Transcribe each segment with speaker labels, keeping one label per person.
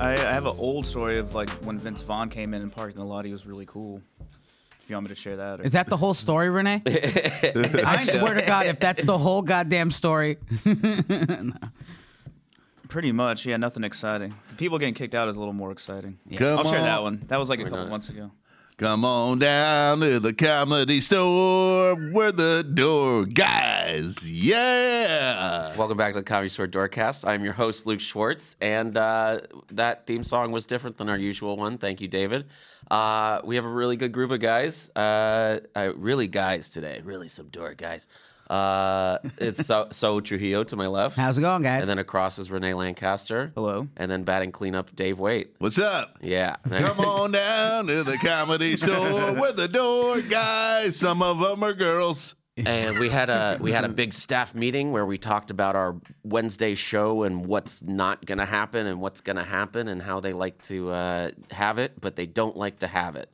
Speaker 1: have an old story of like when Vince Vaughn came in and parked in the lot. He was really cool. If you want me to share that, or...
Speaker 2: Is that the whole story, Renee? I swear to God, if that's the whole goddamn story,
Speaker 1: pretty much? Yeah, nothing exciting. The people getting kicked out is a little more exciting.
Speaker 3: Come
Speaker 1: I'll share
Speaker 3: on-
Speaker 1: that one. That was like a couple
Speaker 4: not?
Speaker 1: months ago.
Speaker 3: Come on down to the comedy store. We're the door guys. Yeah.
Speaker 4: Welcome back to the Comedy Store Doorcast. I'm your host, Luke Schwartz, and uh, that theme song was different than our usual one. Thank you, David. Uh, we have a really good group of guys, uh, uh, really guys today, really some door guys. Uh, it's so, so Trujillo to my left,
Speaker 2: how's it going, guys?
Speaker 4: and then across is Renee Lancaster.
Speaker 1: Hello.
Speaker 4: And then batting cleanup, Dave Waite.
Speaker 3: What's up?
Speaker 4: Yeah.
Speaker 3: Come on down to the comedy store. We're the door guys. Some of them are girls.
Speaker 4: and we had a we had a big staff meeting where we talked about our Wednesday show and what's not going to happen and what's going to happen and how they like to uh, have it, but they don't like to have it.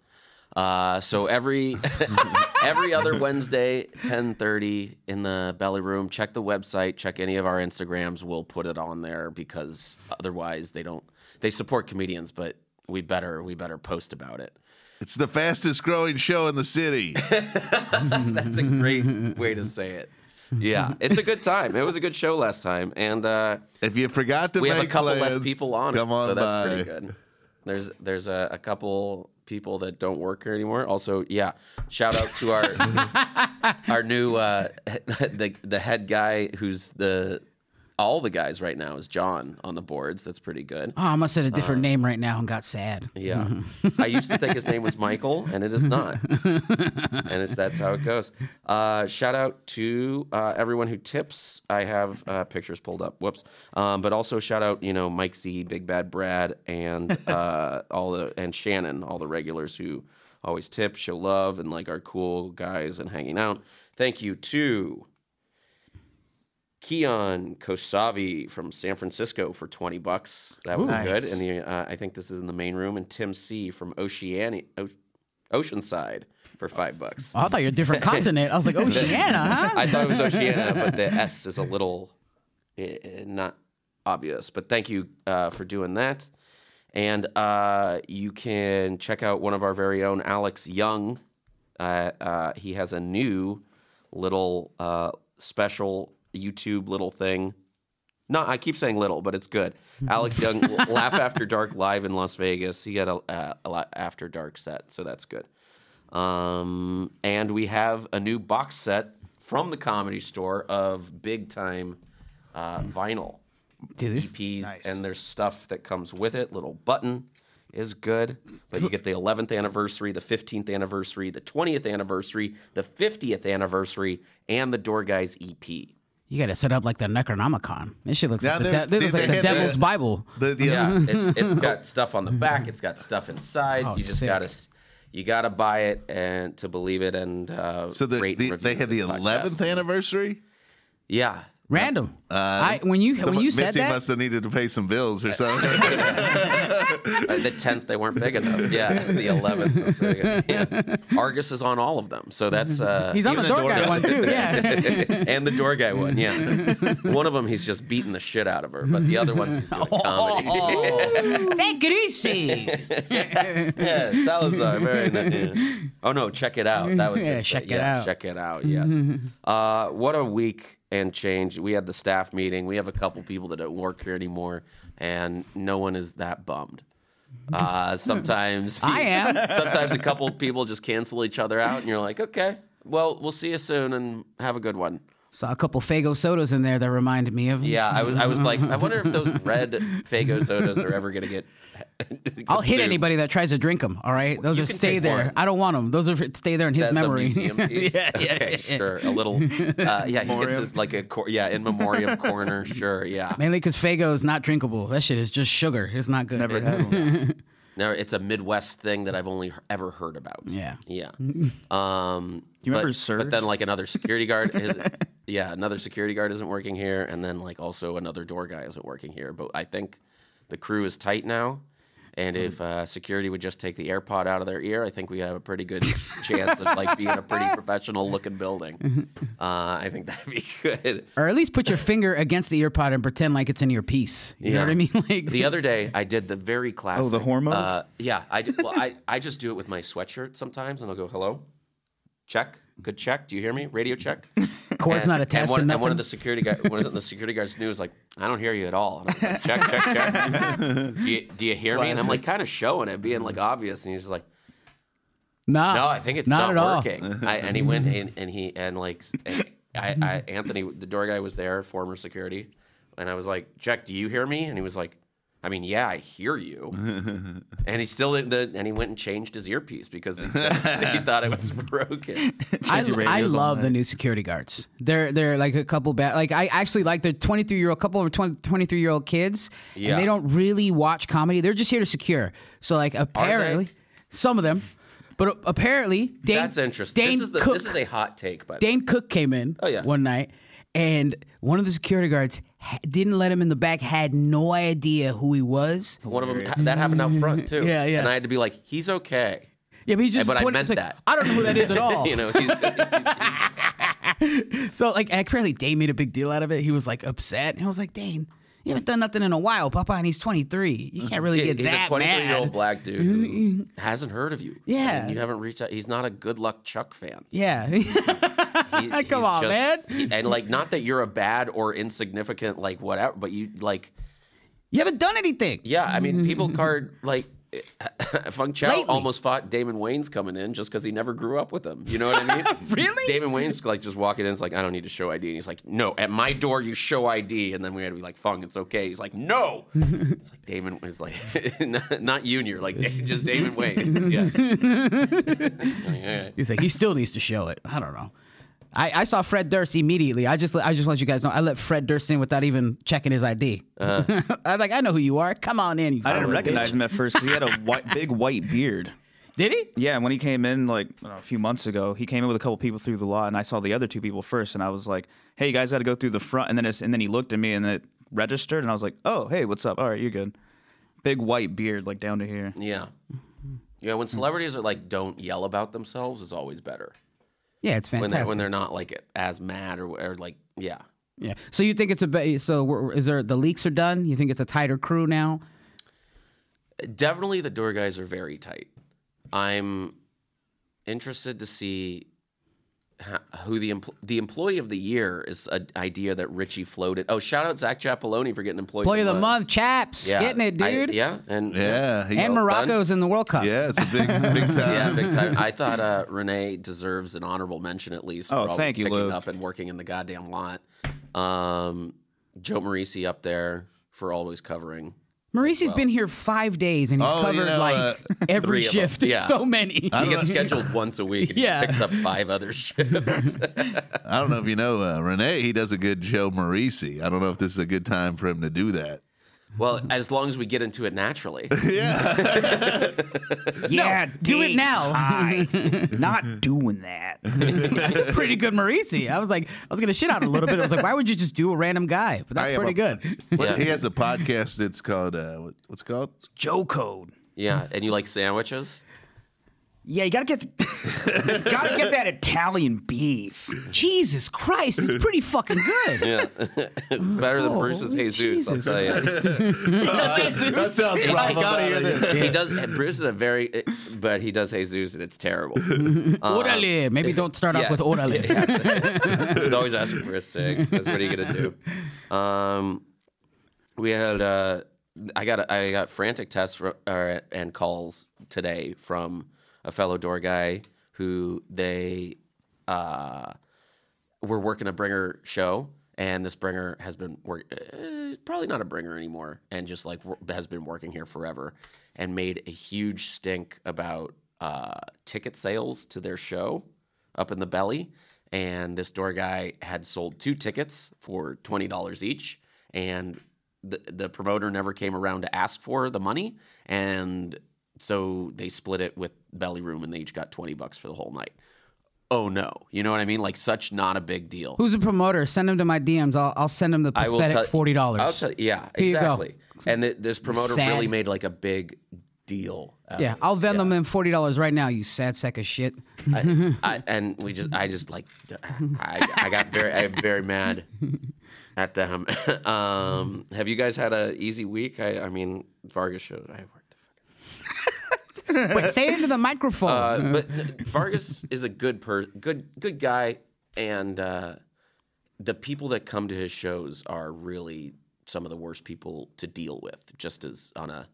Speaker 4: Uh, so every every other Wednesday, ten thirty in the belly room. Check the website. Check any of our Instagrams. We'll put it on there because otherwise they don't. They support comedians, but we better we better post about it.
Speaker 3: It's the fastest growing show in the city.
Speaker 4: That's a great way to say it. Yeah, it's a good time. It was a good show last time, and uh,
Speaker 3: If you forgot to
Speaker 4: we
Speaker 3: make
Speaker 4: have a couple less
Speaker 3: plans,
Speaker 4: people on it,
Speaker 3: come on
Speaker 4: so that's
Speaker 3: by.
Speaker 4: pretty good. There's there's a, a couple people that don't work here anymore. Also, yeah, shout out to our our new uh, the the head guy who's the all the guys right now is John on the boards. That's pretty good.
Speaker 2: oh, I must have said a different name right now and got sad.
Speaker 4: Yeah. I used to think his name was Michael, and it is not. and it's that's how it goes. Uh, shout out to uh, everyone who tips. I have uh, pictures pulled up. Whoops. Um, but also shout out, you know, Mike Z, Big Bad Brad, and uh, all the and Shannon, all the regulars who always tip, show love, and like are cool guys and hanging out. Thank you to Keon Kosavi from San Francisco for 20 bucks. That was
Speaker 1: Ooh.
Speaker 4: good.
Speaker 1: Nice.
Speaker 4: And the, uh, I think this is in the main room. And Tim C from Oceania, o- Oceanside for five bucks.
Speaker 2: Oh, I thought you were a different continent. I was like, Oceania, huh?
Speaker 4: I thought it was Oceania, but the S is a little eh, eh, not obvious. But thank you uh, for doing that. And uh, you can check out one of our very own Alex Young. Uh, uh, he has a new little uh, special YouTube little thing. No, I keep saying little, but it's good. Alex Young, Laugh After Dark live in Las Vegas. He got a, uh, a lot after dark set, so that's good. Um, and we have a new box set from the comedy store of big time uh, vinyl
Speaker 2: Dude, this,
Speaker 4: EPs, and there's stuff that comes with it. Little button is good, but you get the 11th anniversary, the 15th anniversary, the 20th anniversary, the 50th anniversary, and the Door Guys E EP.
Speaker 2: you got to set up like the Necronomicon. This shit looks
Speaker 3: Now
Speaker 2: like the, de-
Speaker 3: they're-
Speaker 2: this looks
Speaker 3: they-
Speaker 2: like
Speaker 3: they
Speaker 2: the
Speaker 3: had the-
Speaker 2: Devil's Bible.
Speaker 3: The, um, the, uh,
Speaker 4: Yeah, it's, it's got stuff on the back. It's got stuff inside.
Speaker 2: Oh,
Speaker 4: you just
Speaker 2: sick.
Speaker 4: gotta s- you gotta buy it and to believe it. And uh,
Speaker 3: so the,
Speaker 4: rate and
Speaker 3: the,
Speaker 4: review
Speaker 3: they had the
Speaker 4: this podcast.
Speaker 3: 11th anniversary?
Speaker 4: Yeah,
Speaker 2: Random. I, when you when
Speaker 3: uh, Someone-
Speaker 2: you said
Speaker 3: Mitzi
Speaker 2: that,
Speaker 3: must have needed to pay some bills or something.
Speaker 4: Uh, the tenth they weren't big enough. Yeah, the eleventh. Yeah. Argus is on all of them, so that's uh,
Speaker 2: he's on
Speaker 4: even
Speaker 2: the door guy
Speaker 4: guy.
Speaker 2: one too. Yeah.
Speaker 4: and the door guy one, yeah. One of them, he's just beating the shit out of her, but the other one's he's
Speaker 2: Oh.
Speaker 4: doing comedy.
Speaker 2: Take it easy.
Speaker 4: yeah, Salazar, very nice. yeah. Oh no, check it out. That was
Speaker 2: Yeah,
Speaker 4: his
Speaker 2: check
Speaker 4: thing.
Speaker 2: it
Speaker 4: yeah,
Speaker 2: out.
Speaker 4: Check it out. Yes. uh, what a week and change. We had the staff meeting. We have a couple people that don't work here anymore, and no one is that bummed. Uh, sometimes
Speaker 2: I am.
Speaker 4: Sometimes a couple people just cancel each other out, and you're like, okay, well, we'll see you soon, and have a good one.
Speaker 2: Saw a couple Fago sodas in there that reminded me of.
Speaker 4: Yeah, I was. I was like, I wonder if those red Fago sodas are ever gonna get.
Speaker 2: I'll hit
Speaker 4: consumed.
Speaker 2: anybody that tries to drink them. All right, those
Speaker 4: You
Speaker 2: are
Speaker 4: can
Speaker 2: stay
Speaker 4: take
Speaker 2: there.
Speaker 4: one.
Speaker 2: I don't want them. Those are for- stay there in his
Speaker 4: That's a
Speaker 2: memory.
Speaker 4: museum piece?
Speaker 2: yeah, yeah,
Speaker 4: okay,
Speaker 2: yeah.
Speaker 4: sure. A little, uh, yeah. He gets his like a cor- yeah in memoriam corner. Sure, yeah.
Speaker 2: Mainly because Fago is not drinkable. That shit is just sugar. It's not good.
Speaker 1: Never cool.
Speaker 4: No, it's a Midwest thing that I've only he- ever heard about.
Speaker 2: Yeah.
Speaker 4: yeah. Um,
Speaker 1: You remember
Speaker 4: but,
Speaker 1: Surge?
Speaker 4: But then like another security guard. Is, yeah, another security guard isn't working here, and then like also another door guy isn't working here. But I think the crew is tight now. And
Speaker 1: Mm-hmm.
Speaker 4: if uh, security would just take the AirPod out of their ear, I think we have a pretty good chance of like being a pretty professional looking building. Uh, I think that'd be good.
Speaker 2: Or at least put your finger against the earpod and pretend like it's an earpiece. You know what I mean? Like
Speaker 4: the other day, I did the very classic.
Speaker 1: Oh, the hormones?
Speaker 4: Uh, yeah, I did. Well, I, I just do it with my sweatshirt sometimes, and I'll go, "Hello, check, good check. Do you hear me? Radio check."
Speaker 2: cord's not attached
Speaker 4: and
Speaker 2: to
Speaker 4: one,
Speaker 2: nothing.
Speaker 4: and one of the security guard, one of the security guards knew was like, "I don't hear you at all." And I'm like, check, check, check. do, you, do you hear me? And I'm like, kind of showing it, being like obvious, and he's just like,
Speaker 2: nah,
Speaker 4: "No, I think it's
Speaker 2: not
Speaker 4: not,
Speaker 2: at all.
Speaker 4: working." I, and he went and, and he and like, s- and I, I, Anthony, the door guy was there, former security, and I was like, "Check, do you hear me?" And he was like. I mean, yeah, I hear you. and he still didn't. The, and he went and changed his earpiece because he thought it was broken.
Speaker 2: I,
Speaker 1: Check your
Speaker 2: I
Speaker 1: radios all
Speaker 2: love the
Speaker 1: night.
Speaker 2: new security guards. They're they're like a couple bad. Like I actually like they're 23 year old couple of 20, 23 year old kids,
Speaker 4: Yeah.
Speaker 2: and they don't really watch comedy. They're just here to secure. So like apparently, some of them, but a- apparently Dane,
Speaker 4: That's interesting.
Speaker 2: Dane
Speaker 4: this is the,
Speaker 2: Cook,
Speaker 4: this is a hot take, but
Speaker 2: Dane Cook came in
Speaker 4: Oh, yeah.
Speaker 2: one night, and one of the security guards ha- didn't let him in the back. Had no idea who he was.
Speaker 4: One of them that happened out front too.
Speaker 2: Yeah, yeah.
Speaker 4: And I had to be like, he's okay.
Speaker 2: Yeah, but he's just.
Speaker 4: But I
Speaker 2: 20
Speaker 4: meant
Speaker 2: like,
Speaker 4: that.
Speaker 2: I don't know who that is at all.
Speaker 4: you know, he's,
Speaker 2: So like apparently Dane made a big deal out of it. He was like upset, and I was like, Dane, you haven't done nothing in a while, Papa, and he's 23. You can't really
Speaker 4: he's,
Speaker 2: get
Speaker 4: he's a
Speaker 2: that
Speaker 4: 23
Speaker 2: mad. Mm-hmm.
Speaker 4: year old black dude who hasn't heard of you.
Speaker 2: Yeah.
Speaker 4: and you haven't reached out. He's not a good luck Chuck fan.
Speaker 2: Yeah,
Speaker 4: He- he's
Speaker 2: Come on, man.
Speaker 4: he- and like, not that you're a bad or insignificant, like whatever, but you like,
Speaker 2: you haven't done anything.
Speaker 4: yeah. I mean, people card like. Fung Chao
Speaker 2: Lately.
Speaker 4: almost fought Damon Wayne's coming in just because he never grew up with him. You know what I mean?
Speaker 2: Really?
Speaker 4: Damon Wayne's like just walking in. It's like I don't need to show ID. And he's like, no, at my door you show ID. And then we had to be like, Fung, it's okay. He's like, no. it's like Damon was like, not, not Junior, like Da- just Damon Wayne. yeah. yeah.
Speaker 2: He's like, he still needs to show it. I don't know. I, I saw Fred Durst immediately. I just let- I just want you guys know I let Fred Durst in without even checking his ID.
Speaker 4: Uh-huh.
Speaker 2: I was like, I know who you are. Come on in. You
Speaker 1: I didn't
Speaker 2: son of a
Speaker 1: recognize
Speaker 2: bitch."
Speaker 1: him at first 'cause he had a white, big white beard.
Speaker 2: Did he?
Speaker 1: Yeah, when he came in like I don't know, a few months ago, he came in with a couple people through the lot, and I saw the other two people first, and I was like, "Hey, you guys got to go through the front." And then it's, and then he looked at me, and it registered, and I was like, "Oh, hey, what's up? All right, you're good." Big white beard, like down to here.
Speaker 4: Yeah. Yeah. When celebrities are like, don't yell about themselves is always better.
Speaker 2: Yeah, it's
Speaker 4: When
Speaker 2: fantastic.
Speaker 4: they're, when they're not like as mad or, or like, yeah.
Speaker 2: yeah. So you think it's a ba- so we're, is there the leaks are done? You think it's a tighter crew now?
Speaker 4: Definitely the door guys are very tight. I'm interested to see ho- who the empl- the employee of the year is an idea that Richie floated. Oh, shout out Zach Chapeloni for getting employee,
Speaker 2: Play of the month, chaps. Getting it,
Speaker 4: I-
Speaker 2: dude.
Speaker 4: yeah, and
Speaker 3: Yeah. he-
Speaker 2: And Morocco's in the World Cup.
Speaker 3: Yeah, it's a big, big time.
Speaker 4: Yeah, big time. I thought uh, Renee deserves an honorable mention at least.
Speaker 1: Oh,
Speaker 4: for always
Speaker 1: thank you,
Speaker 4: picking
Speaker 1: Lou.
Speaker 4: up and working in the goddamn lot. Um, Joe Marisi up there for always covering.
Speaker 2: Maurice has been here five days and he's
Speaker 3: Oh, you
Speaker 2: covered
Speaker 3: know,
Speaker 2: like
Speaker 3: uh,
Speaker 2: every
Speaker 4: three of 'em.
Speaker 2: shift.
Speaker 4: Yeah.
Speaker 2: So many.
Speaker 4: He gets scheduled once a week. And
Speaker 2: Yeah.
Speaker 4: he picks up five other shifts.
Speaker 3: I don't know if you know uh, Renee. He does a good Joe Marisi. I don't know if this is a good time for him to do that.
Speaker 4: Well, as long as we get into it naturally.
Speaker 2: yeah, do it
Speaker 1: Dave,
Speaker 2: now.
Speaker 1: hi. Not doing that.
Speaker 2: That's a pretty good Maurice. I was like, I was gonna shit out a little bit. I was like, why would you just do a random guy? But
Speaker 3: I
Speaker 2: that's
Speaker 3: am
Speaker 2: pretty
Speaker 3: a-
Speaker 2: good.
Speaker 3: What,
Speaker 4: Yeah.
Speaker 3: He has a podcast that's called uh, what, what's it called
Speaker 1: Joe code.
Speaker 4: Yeah, and you like sandwiches?
Speaker 1: Yeah, you gotta get, gotta get that Italian beef.
Speaker 2: Jesus Christ, it's pretty fucking good.
Speaker 4: Yeah. Better than Bruce's
Speaker 2: oh, Holy
Speaker 4: Jesus,
Speaker 2: Jesus.
Speaker 4: I'll tell you.
Speaker 3: Oh, that sounds
Speaker 4: He-
Speaker 3: wrong.
Speaker 4: He does Bruce is a very eh, but he does Jesus and it's terrible.
Speaker 2: Orale. Maybe don't start
Speaker 4: uh, yeah.
Speaker 2: off with orale.
Speaker 4: He's always asking for a cig. That's what are you gonna do? Um, we had uh, I got I got frantic tests fro- or, and calls today from a fellow door guy who they uh, were working a bringer show. And this bringer has been work, uh, probably not a bringer anymore, and just like wor- has been working here forever, and made a huge stink about uh, ticket sales to their show up in the belly. And this door guy had sold two tickets for twenty dollars each, and the the promoter never came around to ask for the money, and so they split it with Belly Room, and they each got twenty bucks for the whole night. Oh no, you know what I mean? Like such not a big deal.
Speaker 2: Who's a promoter? Send him to my DMs. I'll, I'll send him the
Speaker 4: I will
Speaker 2: pathetic
Speaker 4: tell-
Speaker 2: forty dollars.
Speaker 4: I'll tell- yeah,
Speaker 2: Here you go.
Speaker 4: exactly. And th- this promoter
Speaker 2: Sad.
Speaker 4: really made like a big deal. Uh, ever.
Speaker 2: Yeah, I'll vend them in forty dollars right now. You sad sack of shit.
Speaker 4: I, I, and we just, I just like, I, I got very, I'm very mad at them. um, have you guys had a easy week? I, I mean, Vargas showed. I worked. the
Speaker 2: Wait, say it into the microphone.
Speaker 4: fuck- Uh, but n- Vargas is a good per, good, good guy, and uh, the people that come to his shows are really some of the worst people to deal with. Just as on a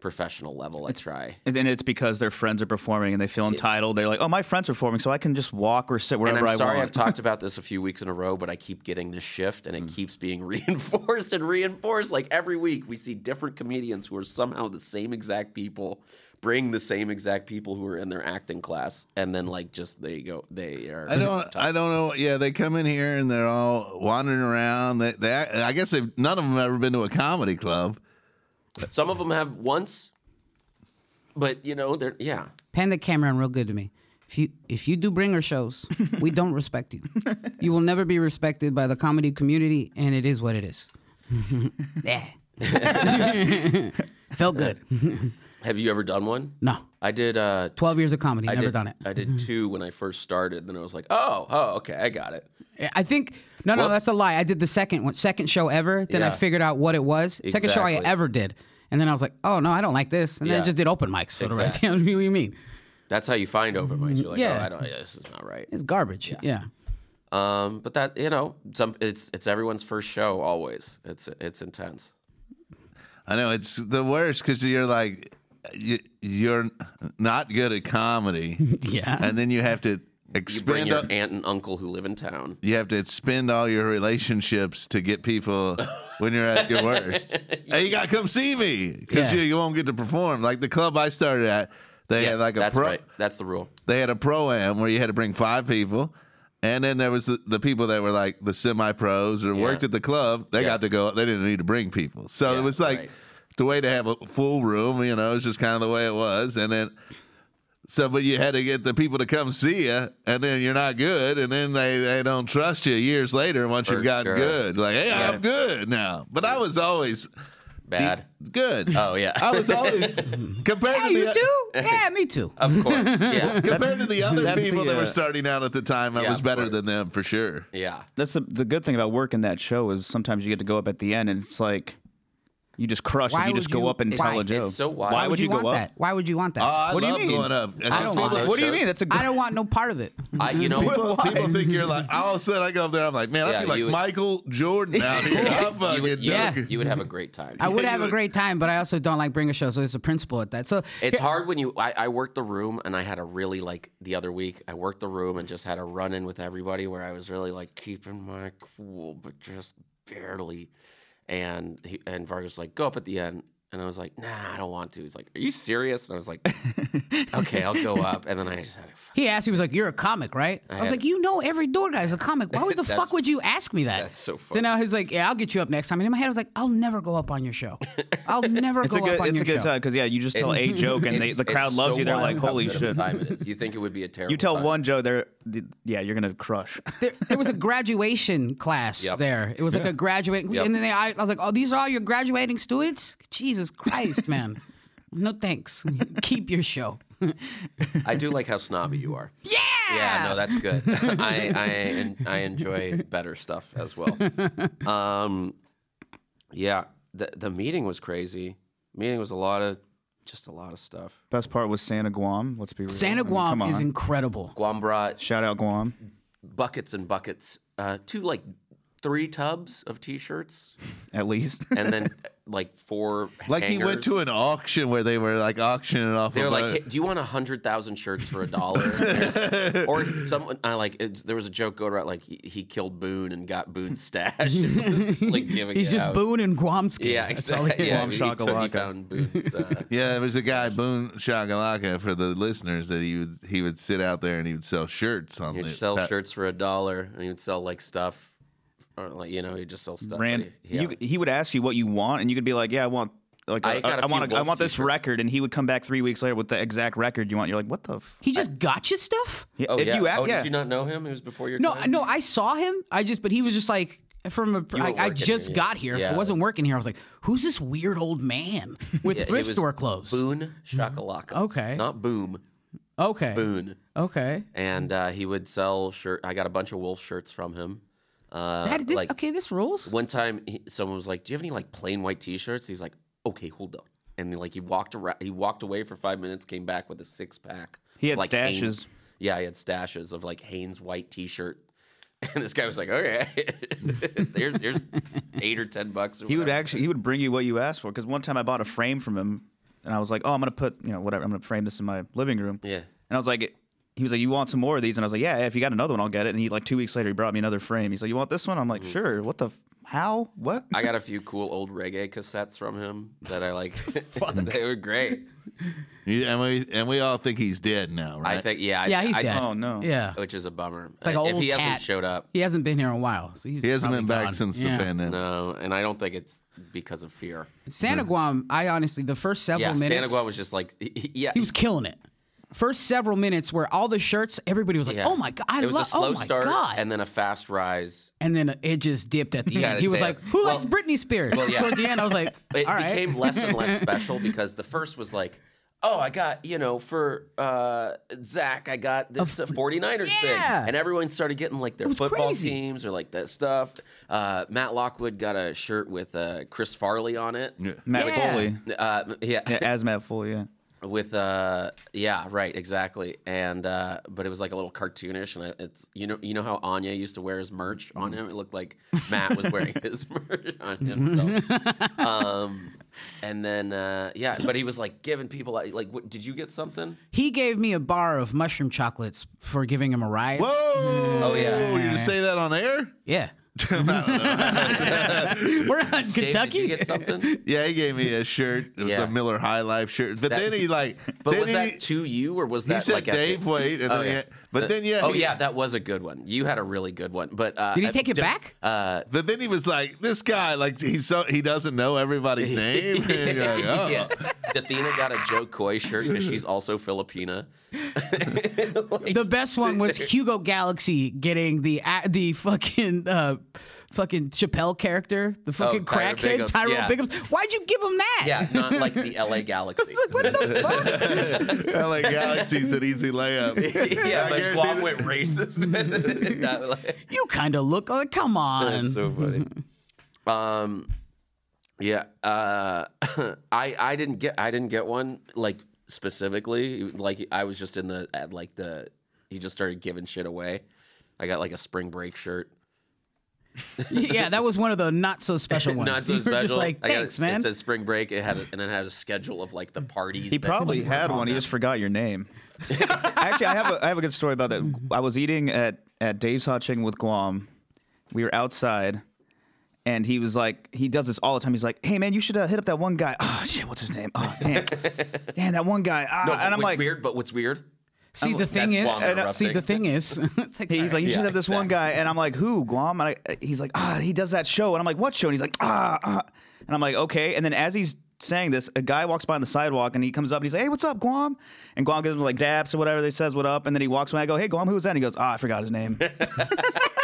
Speaker 4: professional level, I try.
Speaker 1: And then it's because their friends are performing and they feel entitled. They're like, "Oh, my friends are performing, so I can just walk or sit wherever
Speaker 4: and I'm
Speaker 1: I
Speaker 4: sorry
Speaker 1: want." Hmm.
Speaker 4: I've talked about this a few weeks in a row, but I keep getting this shift and it keeps being reinforced and reinforced. Like every week, we see different comedians who are somehow the same exact people bring the same exact people who are in their acting class, and then like just they go, they are.
Speaker 3: I don't. I don't know. Yeah, they come in here and they're all wandering around. They, they I guess they've, none of them have ever been to a comedy club.
Speaker 4: Some of them have once, but you know they're yeah.
Speaker 2: Pan the camera and real good to me. If you if you do bringer shows, we don't respect you. You will never be respected by the comedy community, and it is what it is. yeah. Felt good.
Speaker 4: Have you ever done one?
Speaker 2: No.
Speaker 4: I did. uh
Speaker 2: Twelve years of comedy,
Speaker 4: I
Speaker 2: never
Speaker 4: did,
Speaker 2: done it. Mm-hmm.
Speaker 4: I did two when I first started. Then I was like, oh, oh, okay, I got it.
Speaker 2: I think no, no,
Speaker 4: Whoops.
Speaker 2: that's a lie. I did the second one, second show ever. Then I
Speaker 4: Yeah.
Speaker 2: figured out what it was. Second show I
Speaker 4: Exactly.
Speaker 2: ever did, and then I was like, oh no, I don't like this, and then I
Speaker 4: Yeah.
Speaker 2: just did open mics for the rest. You know what I mean?
Speaker 4: That's how you find open mics. You're like,
Speaker 2: Yeah.
Speaker 4: oh, I don't. This is not right.
Speaker 2: It's garbage. yeah.
Speaker 4: Um, but that you know, some it's it's everyone's first show always. It's it's intense.
Speaker 3: I know it's the worst because you're like, you, you're not good at comedy,
Speaker 2: Yeah.
Speaker 3: and then you have to
Speaker 4: You bring
Speaker 3: expend.
Speaker 4: your
Speaker 3: up-
Speaker 4: aunt and uncle who live in town.
Speaker 3: you have to expend all your relationships to get people when you're at your worst. hey, you gotta come see me because
Speaker 2: Yeah.
Speaker 3: you, you won't get to perform. Like the club I started at, they
Speaker 4: Yes,
Speaker 3: had like a
Speaker 4: that's
Speaker 3: pro.
Speaker 4: right. That's the rule.
Speaker 3: They had a pro am where you had to bring five people. And then there was the, the people that were like the semi pros or worked at the club. They
Speaker 4: Yeah.
Speaker 3: got to go up. They didn't need to bring people. So
Speaker 4: Yeah,
Speaker 3: it was like
Speaker 4: right.
Speaker 3: the way to have a full room, you know, it's just kind of the way it was. And then, so, but you had to get the people to come see you. And then you're not good. And then they, they don't trust you years later once
Speaker 4: For
Speaker 3: you've gotten
Speaker 4: sure.
Speaker 3: good. Like, hey, I'm good now. But I was always
Speaker 4: Bad.
Speaker 3: good.
Speaker 4: Oh yeah.
Speaker 3: I was always compared
Speaker 2: Hey,
Speaker 3: to the
Speaker 2: you too? Yeah, me too.
Speaker 4: of course. Yeah.
Speaker 3: compared to the other
Speaker 1: that's
Speaker 3: people
Speaker 1: the,
Speaker 3: that
Speaker 1: uh,
Speaker 3: were starting out at the time, I
Speaker 4: Yeah,
Speaker 3: was
Speaker 4: of
Speaker 3: better
Speaker 4: course.
Speaker 3: than them for sure.
Speaker 4: Yeah.
Speaker 1: That's the, the good thing about working that show is sometimes you get to go up at the end and it's like you just crush
Speaker 2: Why
Speaker 1: and you just
Speaker 2: would
Speaker 1: go
Speaker 2: you-
Speaker 1: up and
Speaker 2: why-
Speaker 1: tell a joke.
Speaker 4: it's so wild.
Speaker 1: Why
Speaker 4: Why
Speaker 1: would you,
Speaker 2: want
Speaker 1: go
Speaker 2: that?
Speaker 1: up? Uh,
Speaker 2: Why would you want that?
Speaker 3: Oh, I
Speaker 1: What do you
Speaker 3: love
Speaker 1: mean?
Speaker 3: going up.
Speaker 2: I don't want
Speaker 3: people,
Speaker 4: those
Speaker 1: What do you
Speaker 4: shows.
Speaker 1: mean? That's a good.
Speaker 2: I don't want no part of it.
Speaker 4: I you know
Speaker 3: people, people think you're like, all of a sudden I go up there, I'm like, man, I
Speaker 4: Yeah,
Speaker 3: feel like
Speaker 4: you-
Speaker 3: Michael Jordan out here. I'm
Speaker 4: you
Speaker 3: fucking
Speaker 4: would, you,
Speaker 2: Yeah.
Speaker 3: yeah.
Speaker 4: would- you would have a great time.
Speaker 2: I would
Speaker 3: Yeah,
Speaker 2: have
Speaker 3: you
Speaker 2: a
Speaker 3: would-
Speaker 2: great time, but I also don't like bring a show, so it's a principle at that. So
Speaker 4: It's hard when you. I, I worked the room, and I had a really like the other week. I worked the room and just had a run in with everybody where I was really like keeping my cool, but just barely. And he, and Vargas was like, go up at the end, and I was like, nah, I don't want to. He's like, are you serious? And I was like, okay, I'll go up. And then I just had a fuck.
Speaker 2: he asked, he was like, "You're a comic, right?" I, was
Speaker 4: had-
Speaker 2: like, "You know, every door guy's a comic. Why would the
Speaker 4: That's-
Speaker 2: fuck would you ask me that?"
Speaker 4: that's so
Speaker 2: So
Speaker 4: funny.
Speaker 2: now he's like, "Yeah, I'll get you up next time." And in my head, I was like, "I'll never go up on your show. I'll never
Speaker 1: It's
Speaker 2: go
Speaker 1: a good.
Speaker 2: up on
Speaker 1: It's
Speaker 2: your
Speaker 1: a good
Speaker 2: show."
Speaker 1: time because yeah, you just tell a joke and they, the
Speaker 4: It's
Speaker 1: crowd loves
Speaker 4: so
Speaker 1: you. They're
Speaker 4: wild
Speaker 1: like,
Speaker 4: how
Speaker 1: "Holy
Speaker 4: good of a
Speaker 1: shit!"
Speaker 4: Time it is. You think it would be a terrible.
Speaker 1: You tell
Speaker 4: time.
Speaker 1: one joke, they're th- yeah, you're gonna crush.
Speaker 2: There, there was a graduation class
Speaker 4: Yep.
Speaker 2: there. It was like a graduating,
Speaker 4: Yep.
Speaker 2: and then they, I, I was like, "Oh, these are all your graduating students? Jesus Christ, man! No thanks. Keep your show."
Speaker 4: I do like how snobby you are.
Speaker 2: Yeah.
Speaker 4: Yeah, no, that's good. I I en- I enjoy better stuff as well. Um, yeah, the the meeting was crazy. Meeting was a lot of just a lot of stuff.
Speaker 1: Best part was Santa Guam. Let's be real. I
Speaker 2: Santa
Speaker 1: mean,
Speaker 2: Guam
Speaker 1: come
Speaker 2: is
Speaker 1: on.
Speaker 2: incredible.
Speaker 4: Guam brought
Speaker 1: Shout out Guam.
Speaker 4: buckets and buckets, uh, two like three tubs of t-shirts,
Speaker 1: At least.
Speaker 4: and then like four.
Speaker 3: Like he went
Speaker 4: hangers.
Speaker 3: to an auction where they were like auctioning off.
Speaker 4: They
Speaker 3: a
Speaker 4: were like,
Speaker 3: bunch-
Speaker 4: hey, "Do you want a hundred thousand shirts for a dollar?" There's- or someone, I like. It's, there was a joke going around like he, he killed Boone and got Boone's stash. and was, like giving
Speaker 2: He's
Speaker 4: it
Speaker 2: just
Speaker 4: out.
Speaker 2: Boone and Guamskin.
Speaker 4: Yeah, exactly. Yeah,
Speaker 1: is.
Speaker 4: he,
Speaker 1: Bomb
Speaker 4: took- he
Speaker 1: shakalaka.
Speaker 4: found Boone's. Uh,
Speaker 3: yeah, there was a guy Boone Shagalaka for the listeners that he would he would sit out there and he would sell shirts on
Speaker 4: he'd
Speaker 3: the
Speaker 4: sell
Speaker 3: that-
Speaker 4: shirts for a dollar, and he'd sell like stuff, or like you know, he'd just sell stuff. but
Speaker 1: Rand,
Speaker 4: he, yeah.
Speaker 1: you, he would ask you what you want, and you could be like, "Yeah, I want like
Speaker 4: I
Speaker 1: a-
Speaker 4: got a
Speaker 1: I
Speaker 4: few
Speaker 1: want a, I
Speaker 4: Wolf
Speaker 1: want this
Speaker 4: t-shirts.
Speaker 1: record," and he would come back three weeks later with the exact record you want. You're like, "What the?" F-?
Speaker 2: He just got you stuff?
Speaker 1: Yeah,
Speaker 4: oh
Speaker 1: if
Speaker 4: yeah.
Speaker 1: you ask,
Speaker 4: oh,
Speaker 1: yeah,
Speaker 4: did you not know him? He was before your
Speaker 2: No,
Speaker 4: time.
Speaker 2: no, I saw him. I just, but he was just like, from a,
Speaker 4: You
Speaker 2: I,
Speaker 4: weren't
Speaker 2: I
Speaker 4: working
Speaker 2: just
Speaker 4: here, yeah.
Speaker 2: got here.
Speaker 4: Yeah.
Speaker 2: I wasn't working here. I was like, who's this weird old man with
Speaker 4: Yeah, it
Speaker 2: thrift
Speaker 4: was
Speaker 2: store clothes?
Speaker 4: Boone Shakalaka.
Speaker 2: Okay.
Speaker 4: Not Boom.
Speaker 2: okay.
Speaker 4: Boone.
Speaker 2: Okay.
Speaker 4: And uh, he would sell shirt. I got a bunch of wolf shirts from him. Uh,
Speaker 2: That- this-
Speaker 4: like,
Speaker 2: okay, this rules.
Speaker 4: One time, he, someone was like, "Do you have any like plain white T-shirts?" He's like, "Okay, hold on." And like he walked around, he walked away for five minutes, came back with a six pack.
Speaker 1: He had
Speaker 4: of, like,
Speaker 1: stashes.
Speaker 4: Hanes- yeah, he had stashes of like Hanes white T-shirt. And this guy was like, "Okay, there's there's eight or ten bucks." Or
Speaker 1: He would
Speaker 4: whatever."
Speaker 1: actually he would bring you what you asked for. Because one time I bought a frame from him, and I was like, "Oh, I'm gonna put you know whatever. I'm gonna frame this in my living room."
Speaker 4: Yeah.
Speaker 1: And I was like, he was like, "You want some more of these?" And I was like, "Yeah, if you got another one, I'll get it." And he like two weeks later, he brought me another frame. He's like, "You want this one?" I'm
Speaker 4: Mm.
Speaker 1: like, "Sure." What the? F- how? What?
Speaker 4: I got a few cool old reggae cassettes from him that I liked. they were great.
Speaker 3: Yeah, and we and we all think he's dead now, right?
Speaker 4: I think, yeah, I-
Speaker 2: Yeah, he's
Speaker 4: I-
Speaker 2: dead.
Speaker 1: oh no.
Speaker 2: Yeah.
Speaker 4: which is a bummer.
Speaker 2: like an
Speaker 4: if
Speaker 2: old
Speaker 4: he
Speaker 2: cat.
Speaker 4: hasn't showed up,
Speaker 2: He hasn't been here in a while. So he's
Speaker 3: he hasn't
Speaker 2: probably
Speaker 3: been back
Speaker 2: gone.
Speaker 3: since
Speaker 2: Yeah.
Speaker 3: the pandemic.
Speaker 4: no, and I don't think it's because of fear.
Speaker 2: Santa Guam, I honestly, the first several
Speaker 4: yeah,
Speaker 2: minutes.
Speaker 4: Sanagua was just like, he- he- yeah,
Speaker 2: he was killing it. First several minutes where all the shirts, everybody was like,
Speaker 4: yeah.
Speaker 2: "Oh my god, I
Speaker 4: it was
Speaker 2: love,
Speaker 4: a slow
Speaker 2: oh my
Speaker 4: start
Speaker 2: god!"
Speaker 4: and then a fast rise.
Speaker 2: And then it just dipped at the
Speaker 4: You
Speaker 2: end.
Speaker 4: gotta
Speaker 2: He was
Speaker 4: tell-
Speaker 2: like, "Who
Speaker 4: well-
Speaker 2: likes Britney Spears?"
Speaker 4: well, yeah.
Speaker 2: Toward the end, I was like,
Speaker 4: It
Speaker 2: "All right."
Speaker 4: became less and less special because the first was like, oh, I got you know for uh, Zach, I got this uh, 49ers thing,
Speaker 2: Yeah.
Speaker 4: and everyone started getting like their
Speaker 2: was
Speaker 4: football
Speaker 2: crazy.
Speaker 4: teams or like that stuff. Uh, Matt Lockwood got a shirt with uh, Chris Farley on it.
Speaker 3: Yeah.
Speaker 1: Matt
Speaker 2: Yeah.
Speaker 1: Foley.
Speaker 4: Uh, yeah,
Speaker 1: Yeah, as Matt Foley. Yeah.
Speaker 4: with uh yeah right exactly and uh but it was like a little cartoonish and it's you know you know how Anya used to wear his merch on
Speaker 3: Mm-hmm.
Speaker 4: him it looked like Matt was wearing his merch on him
Speaker 3: Mm-hmm.
Speaker 4: so. um and then uh yeah but he was like giving people like, like what, did you get something
Speaker 2: He gave me a bar of mushroom chocolates for giving him a ride.
Speaker 3: Whoa! Oh
Speaker 4: yeah.
Speaker 3: you gonna say that on air?
Speaker 2: Yeah. We're in
Speaker 4: Dave,
Speaker 2: Kentucky.
Speaker 4: did you get something
Speaker 3: Yeah, he gave me a shirt. It was
Speaker 4: Yeah.
Speaker 3: a Miller High Life shirt. But
Speaker 4: That-
Speaker 3: then he like,
Speaker 4: but
Speaker 3: then
Speaker 4: was
Speaker 3: he,
Speaker 4: that to you or was that
Speaker 3: he said
Speaker 4: like at the-
Speaker 3: Dave Wait, and
Speaker 4: Oh,
Speaker 3: then
Speaker 4: yeah.
Speaker 3: he, but then yeah,
Speaker 4: oh
Speaker 3: he-
Speaker 4: yeah that was a good one you had a really good one but uh
Speaker 2: Did he
Speaker 4: I-
Speaker 2: take it
Speaker 4: di-
Speaker 2: back?
Speaker 4: uh
Speaker 3: But then he was like, this guy, like he's so he doesn't know everybody's name. And you're like, oh.
Speaker 4: yeah. Dathena got a Joe Coy shirt because she's also Filipina.
Speaker 2: the best one was Hugo Galaxy getting the a the fucking uh, fucking Chappelle character, the fucking
Speaker 4: Tyler
Speaker 2: crackhead
Speaker 4: Biggums,
Speaker 2: Tyrone
Speaker 4: Oh, yeah.
Speaker 2: Biggums. Why'd you give him that?
Speaker 4: Yeah, not like the LA Galaxy.
Speaker 2: What the fuck?
Speaker 3: oh, LA Galaxy's an easy layup.
Speaker 4: yeah,
Speaker 3: I
Speaker 4: but
Speaker 3: guarantee
Speaker 4: Guam
Speaker 3: that-
Speaker 4: went racist. Not like-
Speaker 2: You kind of look like. Come on.
Speaker 4: That's so funny. Um, yeah, uh, I I didn't get I didn't get one like specifically. Like I was just in the at like the he just started giving shit away. I got like a spring break shirt.
Speaker 2: yeah, that was one of the not so special ones.
Speaker 4: Not so
Speaker 2: you were
Speaker 4: special.
Speaker 2: just like,
Speaker 4: I got-
Speaker 2: thanks, man.
Speaker 4: It says spring break. It had a, and it had a schedule of like the parties.
Speaker 1: He probably had one. He just forgot your name. Mm-hmm. Actually, I have a, I have a good story about that. I was eating at at Dave's Hot Chicken with Guam. We were outside, and he was like, he does this all the time. He's like, "Hey man, you should uh, hit up that one guy. Oh shit, what's his name? Oh damn, damn that one guy." Ah,
Speaker 4: No,
Speaker 1: and I'm
Speaker 4: what's
Speaker 1: like,
Speaker 4: weird, but what's weird?
Speaker 2: see, the thing is, uh,
Speaker 4: Guam
Speaker 2: see,
Speaker 4: interrupting.
Speaker 2: the thing is, it's like,
Speaker 1: He's like, you should
Speaker 4: Yeah,
Speaker 1: have this one guy, and I'm like, who? Guam? And I, he's like, ah, he does that show, and I'm like, what show? And he's like, ah, ah. and I'm like, okay. And then as he's saying this, a guy walks by on the sidewalk, and he comes up, and he's like, hey, what's up, Guam? And Guam gives him like daps or whatever. They says what up, and then he walks away. I go, hey, Guam, who's that? And he goes, ah, I forgot his name.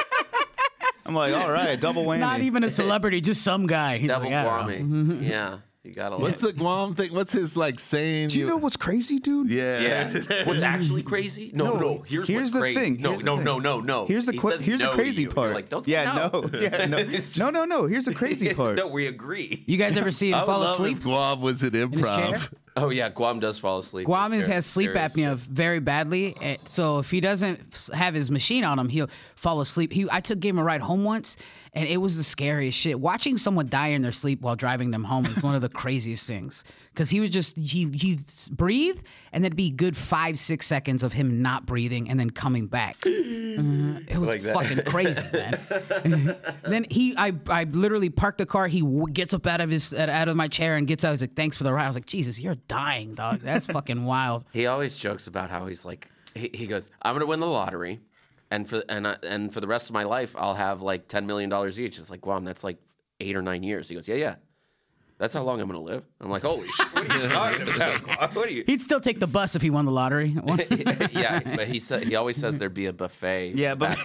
Speaker 1: I'm like, all right, double whammy.
Speaker 2: not even a celebrity, just some guy. He's
Speaker 4: Double
Speaker 2: like, I don't know.
Speaker 4: Guam. Yeah, you gotta.
Speaker 3: What's the Guam thing? What's his like saying?
Speaker 1: Do you know what's crazy, dude?
Speaker 3: Yeah.
Speaker 4: Yeah. what's actually crazy? No,
Speaker 1: No,
Speaker 4: no. here's
Speaker 1: here's
Speaker 4: what's
Speaker 1: the
Speaker 4: crazy.
Speaker 1: thing,
Speaker 4: No,
Speaker 1: here's the
Speaker 4: no,
Speaker 1: thing.
Speaker 4: no, no, no.
Speaker 1: Here's the
Speaker 4: He
Speaker 1: qu-
Speaker 4: says
Speaker 1: here's
Speaker 4: no
Speaker 1: the
Speaker 4: to
Speaker 1: crazy
Speaker 4: you, and you're
Speaker 1: part.
Speaker 4: Like, don't say
Speaker 1: yeah,
Speaker 4: no.
Speaker 1: no. Yeah, no. no, no, no. Here's the crazy part.
Speaker 4: no, we agree.
Speaker 2: You guys ever see him
Speaker 3: I would
Speaker 2: fall
Speaker 3: love
Speaker 2: asleep?
Speaker 3: if Guam was an improv.
Speaker 2: chair?
Speaker 4: oh yeah, Guam does fall asleep.
Speaker 2: Guam
Speaker 4: That's
Speaker 2: is,
Speaker 4: fair.
Speaker 2: has sleep
Speaker 4: There is.
Speaker 2: apnea very badly, and so if he doesn't s- have his machine on him, he'll fall asleep. He, I took gave him a ride home once, and it was the scariest shit. Watching someone die in their sleep while driving them home is one of the craziest things because he would just he he breathe, and that'd be good five six seconds of him not breathing and then coming back. Mhm. It was fucking crazy, man. then he, I, I literally parked the car. He w- gets up out of his out of my chair and gets out. He's like, "Thanks for the ride." I was like, "Jesus, you're dying, dog. That's fucking wild."
Speaker 4: He always jokes about how he's like. He, he goes, "I'm gonna win the lottery, and for and I, and for the rest of my life, I'll have like ten million dollars each." It's like Guam. That's like eight or nine years. He goes, "Yeah, yeah." That's how long I'm gonna live. I'm like, holy shit, what are you talking about? Guac? What are you?
Speaker 2: He'd still take the bus if he won the lottery.
Speaker 4: yeah, but he said he always says there'd be a buffet.
Speaker 1: Yeah, but-
Speaker 4: back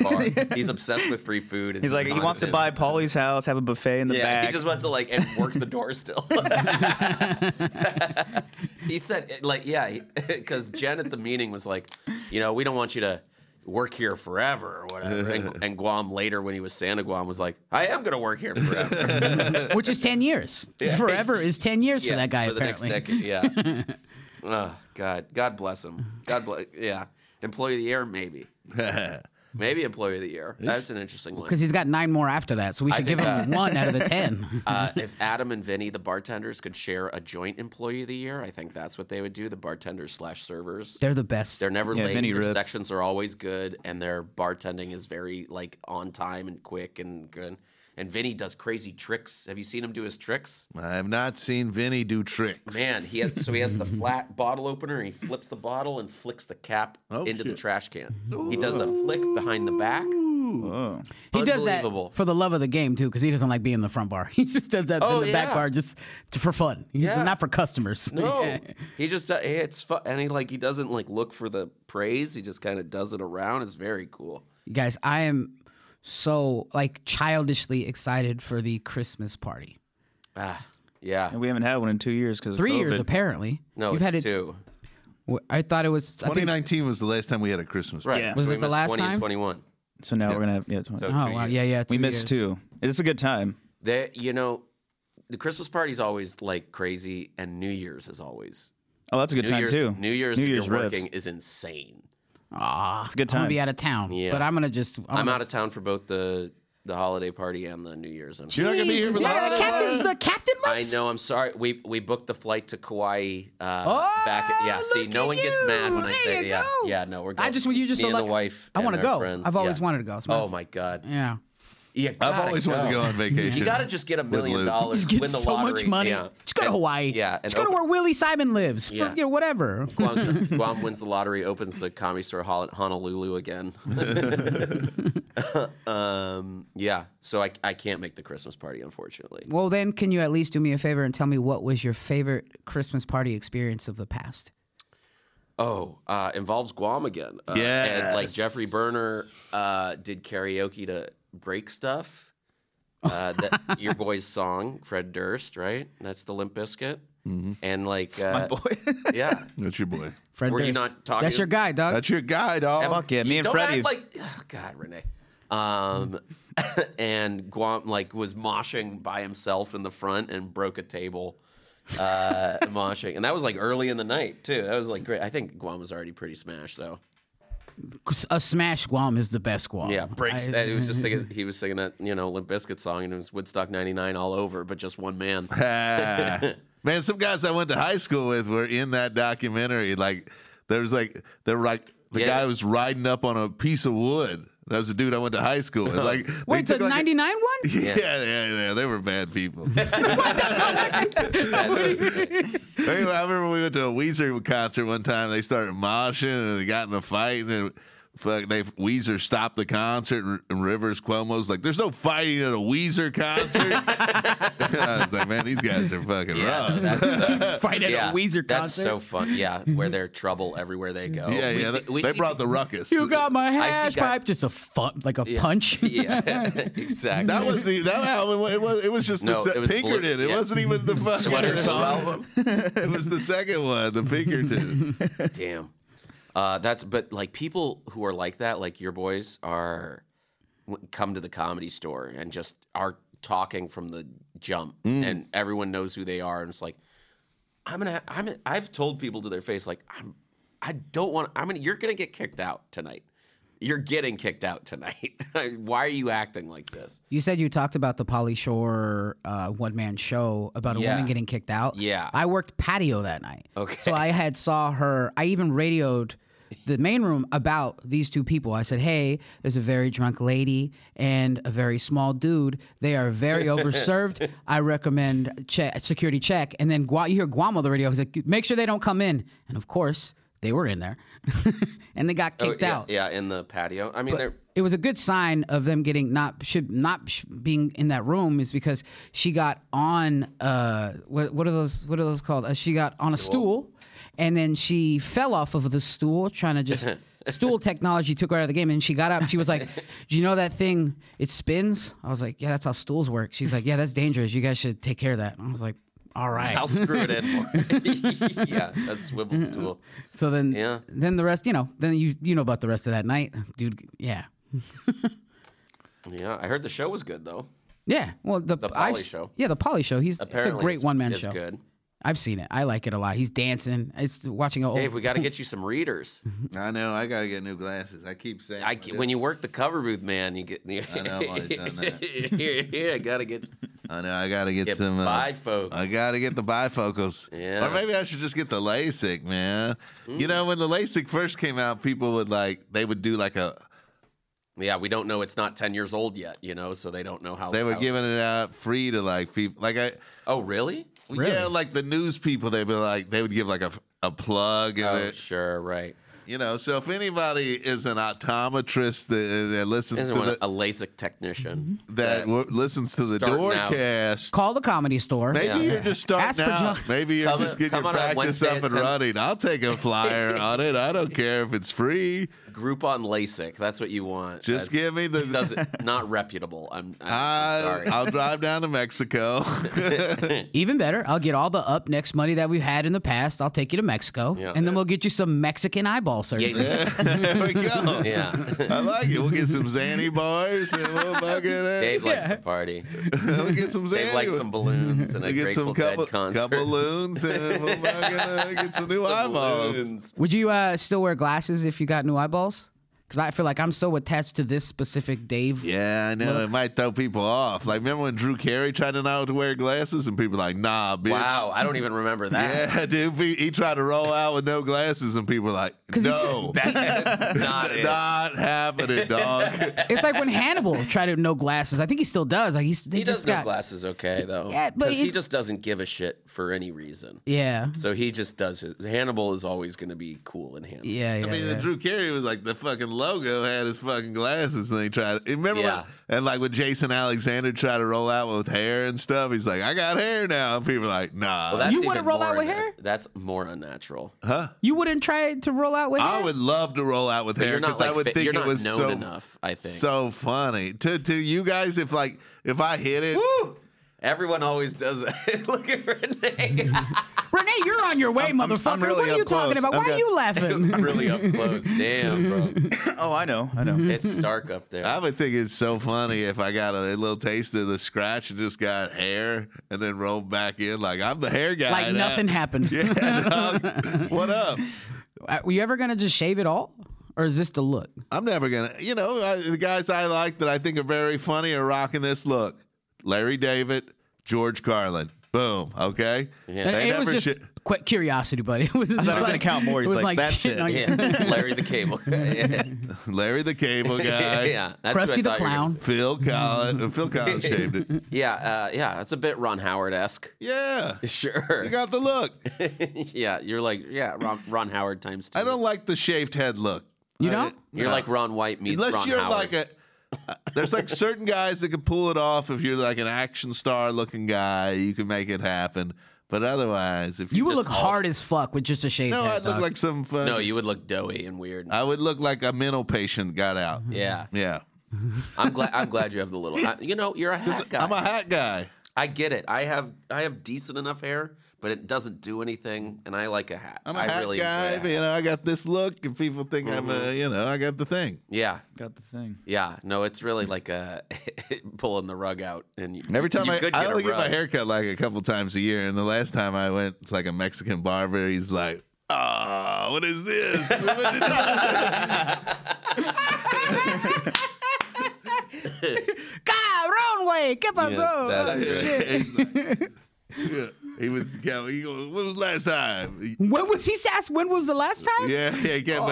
Speaker 4: bar. he's obsessed with free food. And
Speaker 1: He's like, he wants to buy Paulie's house, have a buffet in the
Speaker 4: Yeah,
Speaker 1: back.
Speaker 4: he just wants to like and work the door still. he said eh, like yeah, because Jen at the meeting was like, you know, we don't want you to work here forever or whatever. And, and Guam later when he was Santa Guam was like, I am gonna work here forever.
Speaker 2: which is 10 years. Forever is 10 years for that guy,
Speaker 4: for the
Speaker 2: apparently.
Speaker 4: next decade. Yeah. oh God, God bless him. God bless. Yeah, employee of the year maybe, maybe employee of the year. That's an interesting one.
Speaker 2: Because he's got nine more after that, so we should give
Speaker 4: think,
Speaker 2: him one out of the 10.
Speaker 4: uh, if Adam and Vinny, the bartenders, could share a joint employee of the year, I think that's what they would do. The bartenders slash servers.
Speaker 2: They're the best.
Speaker 4: They're never
Speaker 1: Yeah,
Speaker 4: late.
Speaker 1: Vinny
Speaker 4: their
Speaker 1: ripped.
Speaker 4: sections are always good, and their bartending is very like on time and quick and good. And Vinny does crazy tricks. Have you seen him do his tricks?
Speaker 3: I have not seen Vinny do tricks.
Speaker 4: Man, he has, so he has the flat bottle opener. And he flips the bottle and flicks the cap
Speaker 3: Oh,
Speaker 4: into the
Speaker 3: shit.
Speaker 4: trash can. He does a flick behind the back.
Speaker 1: Whoa.
Speaker 2: he does that
Speaker 4: Unbelievable.
Speaker 2: for the love of the game, too, because he doesn't like being in the front bar. He just does that
Speaker 4: Oh,
Speaker 2: in the
Speaker 4: yeah.
Speaker 2: back bar just to, for fun. He's
Speaker 4: Yeah.
Speaker 2: not for customers.
Speaker 4: No, he just do- it's fun, and he like he doesn't like look for the praise. He just kind of does it around. It's very cool.
Speaker 2: Guys, I am so like childishly excited for the Christmas party.
Speaker 4: Ah, yeah.
Speaker 1: And we haven't had one in two years because
Speaker 2: Three years, apparently.
Speaker 4: No,
Speaker 2: You've
Speaker 4: it's
Speaker 2: had it.
Speaker 4: two.
Speaker 2: w- I thought it was. I think-
Speaker 3: 2019 was the last time we had a Christmas.
Speaker 4: Right.
Speaker 1: Yeah.
Speaker 4: so
Speaker 2: Was
Speaker 4: we
Speaker 2: it the
Speaker 4: missed
Speaker 2: last
Speaker 4: 20 and
Speaker 2: time?
Speaker 4: 21.
Speaker 1: So now we're gonna have yeah. 20.
Speaker 4: So
Speaker 2: Oh
Speaker 4: two
Speaker 2: wow!
Speaker 4: years.
Speaker 2: Yeah, yeah.
Speaker 1: we
Speaker 2: two
Speaker 1: missed
Speaker 2: years.
Speaker 1: two. It's a good time.
Speaker 4: They, you know, the Christmas party's always like crazy, and New Year's is always.
Speaker 1: Oh, that's a good
Speaker 4: New
Speaker 1: time
Speaker 4: Year's,
Speaker 1: too.
Speaker 4: New Year's, if you're
Speaker 1: riffs.
Speaker 4: working, is insane.
Speaker 2: Ah, it's
Speaker 1: a good
Speaker 2: I'm gonna
Speaker 1: time.
Speaker 2: be out of town,
Speaker 4: Yeah.
Speaker 2: but I'm gonna just. I'm,
Speaker 4: I'm out of town for both the the holiday party and the New Year's. I'm
Speaker 3: You're not gonna be here for the
Speaker 2: Yeah, the
Speaker 3: holiday
Speaker 2: captain's the captain
Speaker 4: I
Speaker 2: list.
Speaker 4: know. I'm sorry. We we booked the flight to Kauai. Uh, back at, yeah.
Speaker 2: Oh,
Speaker 4: See,
Speaker 2: look
Speaker 4: no
Speaker 2: at
Speaker 4: one gets
Speaker 2: you.
Speaker 4: mad when I
Speaker 2: There
Speaker 4: say
Speaker 2: you
Speaker 4: yeah.
Speaker 2: go.
Speaker 4: Yeah. No, we're. Good.
Speaker 2: I just- well, you just so
Speaker 4: Me and the
Speaker 2: lucky.
Speaker 4: wife.
Speaker 2: I wanna
Speaker 4: and our
Speaker 2: go.
Speaker 4: friends.
Speaker 2: I've always
Speaker 4: Yeah.
Speaker 2: wanted to go. It's my-
Speaker 4: Oh my god.
Speaker 2: Yeah.
Speaker 4: Yeah.
Speaker 3: I've always wanted to go on vacation.
Speaker 4: You gotta just get a million
Speaker 3: Lou.
Speaker 4: dollars,
Speaker 2: Just get
Speaker 4: win the
Speaker 2: so
Speaker 4: lottery.
Speaker 2: much money.
Speaker 4: Yeah.
Speaker 2: Just go to
Speaker 4: And-
Speaker 2: Hawaii.
Speaker 4: Yeah. and
Speaker 2: Just go to
Speaker 4: open-
Speaker 2: where Willie Simon lives. For,
Speaker 4: Yeah.
Speaker 2: you know, whatever.
Speaker 4: Guam's- Guam wins the lottery, opens the comedy store Hol- Honolulu again. um, yeah, so I, I can't make the Christmas party, unfortunately.
Speaker 2: Well, then, can you at least do me a favor and tell me what was your favorite Christmas party experience of the past?
Speaker 4: Oh, uh, involves Guam again. Uh, And like
Speaker 3: Yes.
Speaker 4: Jeffrey Berner uh, did karaoke to break stuff. Uh, that, your boy's song, Fred Durst, right? That's the Limp Biscuit. And like, uh,
Speaker 1: Mm-hmm. Boy.
Speaker 4: yeah.
Speaker 3: That's your boy.
Speaker 2: Fred
Speaker 4: Were you
Speaker 2: Durst.
Speaker 4: not talking-
Speaker 2: That's your guy, dog.
Speaker 3: That's your guy, dog.
Speaker 1: Fuck yeah, me
Speaker 4: You
Speaker 1: and
Speaker 4: don't
Speaker 1: Freddie.
Speaker 4: act like oh, God, Renee. Um, and Guam like was moshing by himself in the front and broke a table, uh, moshing, and that was like early in the night too. That was like great. I think Guam was already pretty smashed though.
Speaker 2: a smash Guam is the best Guam.
Speaker 4: Yeah, Um, breaks.
Speaker 2: I-
Speaker 4: that he was just singing. He was singing that you know Limp Bizkit song, and it was Woodstock '99 all over, but just one man.
Speaker 3: Ah. Man, some guys I went to high school with were in that documentary. Like, there was like, they're like, the
Speaker 4: Yeah.
Speaker 3: guy was riding up on a piece of wood. That was the dude I went to high school with. Like, they
Speaker 2: Wait, the
Speaker 3: took, like, a-
Speaker 2: '99 one?
Speaker 3: Yeah, yeah, yeah, They were bad people. They- I remember we went to a Weezer concert one time. They started moshing and they got in a fight, and then fuck, they Weezer stopped the concert. And, and Rivers Cuomo's like, "There's no fighting at a Weezer concert." I was like, "Man, these guys are fucking
Speaker 4: Yeah,
Speaker 3: rough."
Speaker 4: that's, uh,
Speaker 2: Fight at
Speaker 4: yeah,
Speaker 2: a Weezer concert.
Speaker 4: That's so fun. Yeah, where they're trouble everywhere they go.
Speaker 3: yeah,
Speaker 4: We
Speaker 3: yeah.
Speaker 4: see-
Speaker 3: they
Speaker 4: we
Speaker 3: they
Speaker 4: see
Speaker 3: brought the ruckus.
Speaker 2: You got my
Speaker 4: I see
Speaker 2: hash
Speaker 4: guy-
Speaker 2: pipe, just a fun, like a punch.
Speaker 4: Yeah, exactly.
Speaker 3: that was the that album. It was it was just
Speaker 4: No,
Speaker 3: the se-
Speaker 4: it was blue-
Speaker 3: Pinkerton. it
Speaker 4: yeah.
Speaker 3: wasn't even the fucking
Speaker 4: Sweater Song album.
Speaker 3: it was the second one, the Pinkerton.
Speaker 4: Damn. Uh, that's but like people who are like that, like your boys, are w- come to the comedy store and just are talking from the jump, and everyone knows who they are, and it's like I'm gonna, I'm, gonna- I've told people to their face like I'm, I don't want, I'm gonna, you're gonna get kicked out tonight. You're getting kicked out tonight. Why are you acting like this?
Speaker 2: You said you talked about the Polly Shore uh, one man show about a
Speaker 4: Yeah.
Speaker 2: woman getting kicked out.
Speaker 4: Yeah.
Speaker 2: I worked patio that night.
Speaker 4: Okay.
Speaker 2: So I had saw her. I even radioed the main room about these two people. I said, "Hey, there's a very drunk lady and a very small dude. They are very overserved. I recommend check, security check." And then Gua, you hear Guam on the radio. He's like, "Make sure they don't come in." And of course. They were in there, and they got kicked
Speaker 4: Oh, yeah,
Speaker 2: out.
Speaker 4: Yeah, in the patio. I mean, they're
Speaker 2: It was a good sign of them getting not should not sh- being in that room is because she got on uh what, what are those what are those called? Uh, she got on a stool, and then she fell off of the stool trying to just stool technology took her out of the game. And she got up. She was like, "Do you know that thing? It spins." I was like, "Yeah, that's how stools work." She's like, "Yeah, that's dangerous. You guys should take care of that." And I was like, "All right."
Speaker 4: I'll screw it in. yeah, that's swivel stool.
Speaker 2: So then,
Speaker 4: Yeah.
Speaker 2: then the rest, you know, then you you know about the rest of that night, dude. Yeah,
Speaker 4: Yeah, I heard the show was good though.
Speaker 2: yeah. Well, the,
Speaker 4: The
Speaker 2: I've-
Speaker 4: Pauly show.
Speaker 2: Yeah, the Polly show. He's
Speaker 4: Apparently,
Speaker 2: it's a great
Speaker 4: it's-
Speaker 2: one man
Speaker 4: it's
Speaker 2: show.
Speaker 4: good.
Speaker 2: I've seen it. I like it a lot. He's dancing. It's watching an
Speaker 4: Dave,
Speaker 2: old.
Speaker 4: we got to get you some readers.
Speaker 2: Mm-hmm.
Speaker 3: I know. I gotta get new glasses. I keep saying.
Speaker 4: I, when you work the cover booth, man, you get.
Speaker 3: I know, I've always done that.
Speaker 4: here, here, I gotta get,
Speaker 3: I know. I gotta get,
Speaker 4: get
Speaker 3: some. uh,
Speaker 4: bifocals.
Speaker 3: I gotta get the bifocals.
Speaker 4: Yeah. Mm.
Speaker 3: Or maybe I should just get the LASIK, man. You know, when the LASIK first came out, people would like they would do like a
Speaker 4: yeah, we don't know. It's not ten years old yet, you know, so they don't know how
Speaker 3: they were
Speaker 4: how-
Speaker 3: giving it out free to like people like I
Speaker 4: Oh, really?
Speaker 3: yeah like the news people they'd be like they would give like a a plug and
Speaker 4: Oh,
Speaker 3: it-
Speaker 4: sure, right.
Speaker 3: you know so if anybody is an optometrist that, that listens
Speaker 4: Isn't
Speaker 3: to
Speaker 4: one
Speaker 3: the, Mm-hmm.
Speaker 4: a LASIK technician?
Speaker 3: that w- listens to the
Speaker 4: starting out.
Speaker 3: doorcast
Speaker 2: Call the comedy store.
Speaker 3: Maybe
Speaker 4: Yeah.
Speaker 3: you're just
Speaker 2: Ask
Speaker 3: starting
Speaker 2: for
Speaker 3: out.
Speaker 2: John-
Speaker 3: Maybe you're
Speaker 4: Come-
Speaker 3: just getting
Speaker 4: come
Speaker 3: your
Speaker 4: on a
Speaker 3: practice
Speaker 4: Wednesday
Speaker 3: up
Speaker 4: at
Speaker 3: and
Speaker 4: 10.
Speaker 3: running. I'll take a flyer on it. I don't care if it's free.
Speaker 4: Group on LASIK. That's what you want.
Speaker 3: Just
Speaker 4: That's-
Speaker 3: give me the.
Speaker 4: Does it not reputable? I'm, I'm, I'm
Speaker 3: I,
Speaker 4: sorry.
Speaker 3: I'll drive down to Mexico.
Speaker 2: Even better, I'll get all the up next money that we've had in the past. I'll take you to Mexico,
Speaker 4: Yeah.
Speaker 2: and then we'll get you some Mexican eyeball surgery.
Speaker 4: yeah.
Speaker 3: there we go.
Speaker 4: yeah.
Speaker 3: I like it. We'll get some Zanny bars and we'll fucking uh,
Speaker 4: Dave likes to party.
Speaker 3: we'll get some Zanny.
Speaker 4: Dave likes some balloons and a
Speaker 3: we'll get
Speaker 4: Grateful
Speaker 3: some couple,
Speaker 4: Dead concert.
Speaker 3: couple balloons and we'll fucking uh, get some new eyeballs.
Speaker 4: Balloons.
Speaker 2: Would you uh, still wear glasses if you got new eyeballs? Because I feel like I'm so attached to this specific Dave.
Speaker 3: Yeah, I know. It might throw people off. Like, remember when Drew Carey tried to know to wear glasses and people were like, nah, bitch.
Speaker 4: Wow, I don't even remember that.
Speaker 3: Yeah, dude. He, he tried to roll out with no glasses, and people were like,
Speaker 2: he's
Speaker 3: no.
Speaker 4: That's not it.
Speaker 3: Not happening, dog.
Speaker 2: It's like when Hannibal tried to no glasses. I think he still does. Like he's, they
Speaker 4: He does
Speaker 2: just
Speaker 4: no
Speaker 2: got,
Speaker 4: glasses okay though.
Speaker 2: Yeah, but
Speaker 4: 'Cause
Speaker 2: it-
Speaker 4: he just doesn't give a shit for any reason.
Speaker 2: Yeah,
Speaker 4: So he just does his Hannibal is always gonna be cool and handsome.
Speaker 2: yeah, yeah.
Speaker 3: I mean,
Speaker 2: yeah.
Speaker 3: Drew Carey was like the fucking logo had his fucking glasses, and they tried. Remember, when-
Speaker 4: Yeah.
Speaker 3: and like when Jason Alexander tried to roll out with hair and stuff, he's like, "I got hair now," and people are like, "Nah."
Speaker 4: Well, that's
Speaker 2: You wanna
Speaker 4: even
Speaker 2: roll
Speaker 4: more
Speaker 2: out with
Speaker 4: unna-
Speaker 2: hair?
Speaker 4: That's more unnatural.
Speaker 2: you wouldn't try to roll out with
Speaker 3: I
Speaker 2: him?
Speaker 3: would love to roll out with hair
Speaker 4: you're not
Speaker 3: because
Speaker 4: like
Speaker 3: I would
Speaker 4: fit-
Speaker 3: think
Speaker 4: you're
Speaker 3: it
Speaker 4: not
Speaker 3: was
Speaker 4: known
Speaker 3: so
Speaker 4: enough, I think.
Speaker 3: so funny to to you guys. If like if I hit it,
Speaker 4: Woo! Everyone always does it. Look at Renee.
Speaker 2: Renee, you're on your way,
Speaker 3: I'm- I'm
Speaker 2: motherfucker.
Speaker 3: really
Speaker 2: what are you
Speaker 3: up
Speaker 2: talking
Speaker 3: close.
Speaker 2: about?
Speaker 3: I've
Speaker 2: Why
Speaker 3: got-
Speaker 2: are you laughing?
Speaker 4: really up close. Damn, bro.
Speaker 1: Oh, I know, I
Speaker 2: Mm-hmm.
Speaker 1: know.
Speaker 4: It's stark up there.
Speaker 3: I would think it's so funny if I got a little taste of the scratch and just got hair and then rolled back in like I'm the hair guy.
Speaker 2: like
Speaker 3: now.
Speaker 2: nothing happened.
Speaker 3: Yeah, dog. what up?
Speaker 2: Uh, Were you ever gonna just shave it all, or is this the look?
Speaker 3: I'm never gonna. You know, I, the guys I like that I think are very funny are rocking this look: Larry David, George Carlin. Boom. Okay.
Speaker 4: Yeah.
Speaker 3: They
Speaker 2: it was
Speaker 3: never
Speaker 2: just
Speaker 3: shit-
Speaker 2: quick curiosity, buddy. It was just
Speaker 1: I thought I was gonna
Speaker 2: like-
Speaker 1: count more.
Speaker 2: it
Speaker 1: He's
Speaker 2: was
Speaker 1: like, that's
Speaker 2: shit
Speaker 1: it.
Speaker 2: on you.
Speaker 4: yeah, Larry the Cable. yeah,
Speaker 3: Larry the Cable Guy.
Speaker 4: yeah, that's what I
Speaker 2: Krusty the
Speaker 4: thought you were gonna
Speaker 2: Clown.
Speaker 4: say.
Speaker 3: Phil Collin. uh, Phil Collin shaved it.
Speaker 4: Yeah, uh, yeah, that's a bit Ron Howard esque.
Speaker 3: Yeah.
Speaker 4: Sure.
Speaker 3: You got the look.
Speaker 4: yeah, you're like yeah, Ron, Ron Howard times two.
Speaker 3: I don't like the shaved head look.
Speaker 2: You
Speaker 3: I-
Speaker 2: don't?
Speaker 4: You're
Speaker 3: No.
Speaker 4: like Ron White meets
Speaker 3: unless
Speaker 4: Ron
Speaker 3: you're
Speaker 4: Howard.
Speaker 3: like a there's like certain guys that can pull it off if you're like an action star looking guy you can make it happen but otherwise if
Speaker 2: You
Speaker 3: you,
Speaker 2: would
Speaker 4: Just
Speaker 2: look
Speaker 4: all-
Speaker 2: hard as fuck with just a shaved
Speaker 3: no
Speaker 2: head.
Speaker 3: i'd look
Speaker 2: dog.
Speaker 3: like some fun
Speaker 4: no, you would look doughy and weird.
Speaker 3: i would look like a mental patient got out
Speaker 4: yeah,
Speaker 3: yeah
Speaker 4: I'm glad. I'm glad you have the little. I, you know, you're a hat guy.
Speaker 3: i'm a hat guy
Speaker 4: I get it. I have I have decent enough hair, but it doesn't do anything, and I like a hat.
Speaker 3: i'm a
Speaker 4: I
Speaker 3: hat Mm-hmm.
Speaker 4: really
Speaker 3: guy
Speaker 4: enjoy a
Speaker 3: you
Speaker 4: hat.
Speaker 3: know i got this look and people think i'm a you know i got the thing
Speaker 4: Yeah,
Speaker 1: Got the thing.
Speaker 4: yeah. No, it's really like a pulling the rug out, and you,
Speaker 3: Every time
Speaker 4: you
Speaker 3: I,
Speaker 4: could
Speaker 3: I
Speaker 4: get a
Speaker 3: only get my
Speaker 4: rug.
Speaker 3: hair cut like a couple times a year, and the last time I went to like a Mexican barber, he's like, "Ah, what is this?" What did
Speaker 2: Cabrón, way, qué pasó?
Speaker 4: that-
Speaker 2: Oh,
Speaker 4: yeah.
Speaker 2: shit.
Speaker 3: I-" He's like- Yeah. he was. Yeah, he goes, what was last time? He-
Speaker 2: When was he asked? When was the last time?
Speaker 3: Yeah, yeah. He kept, he was
Speaker 4: How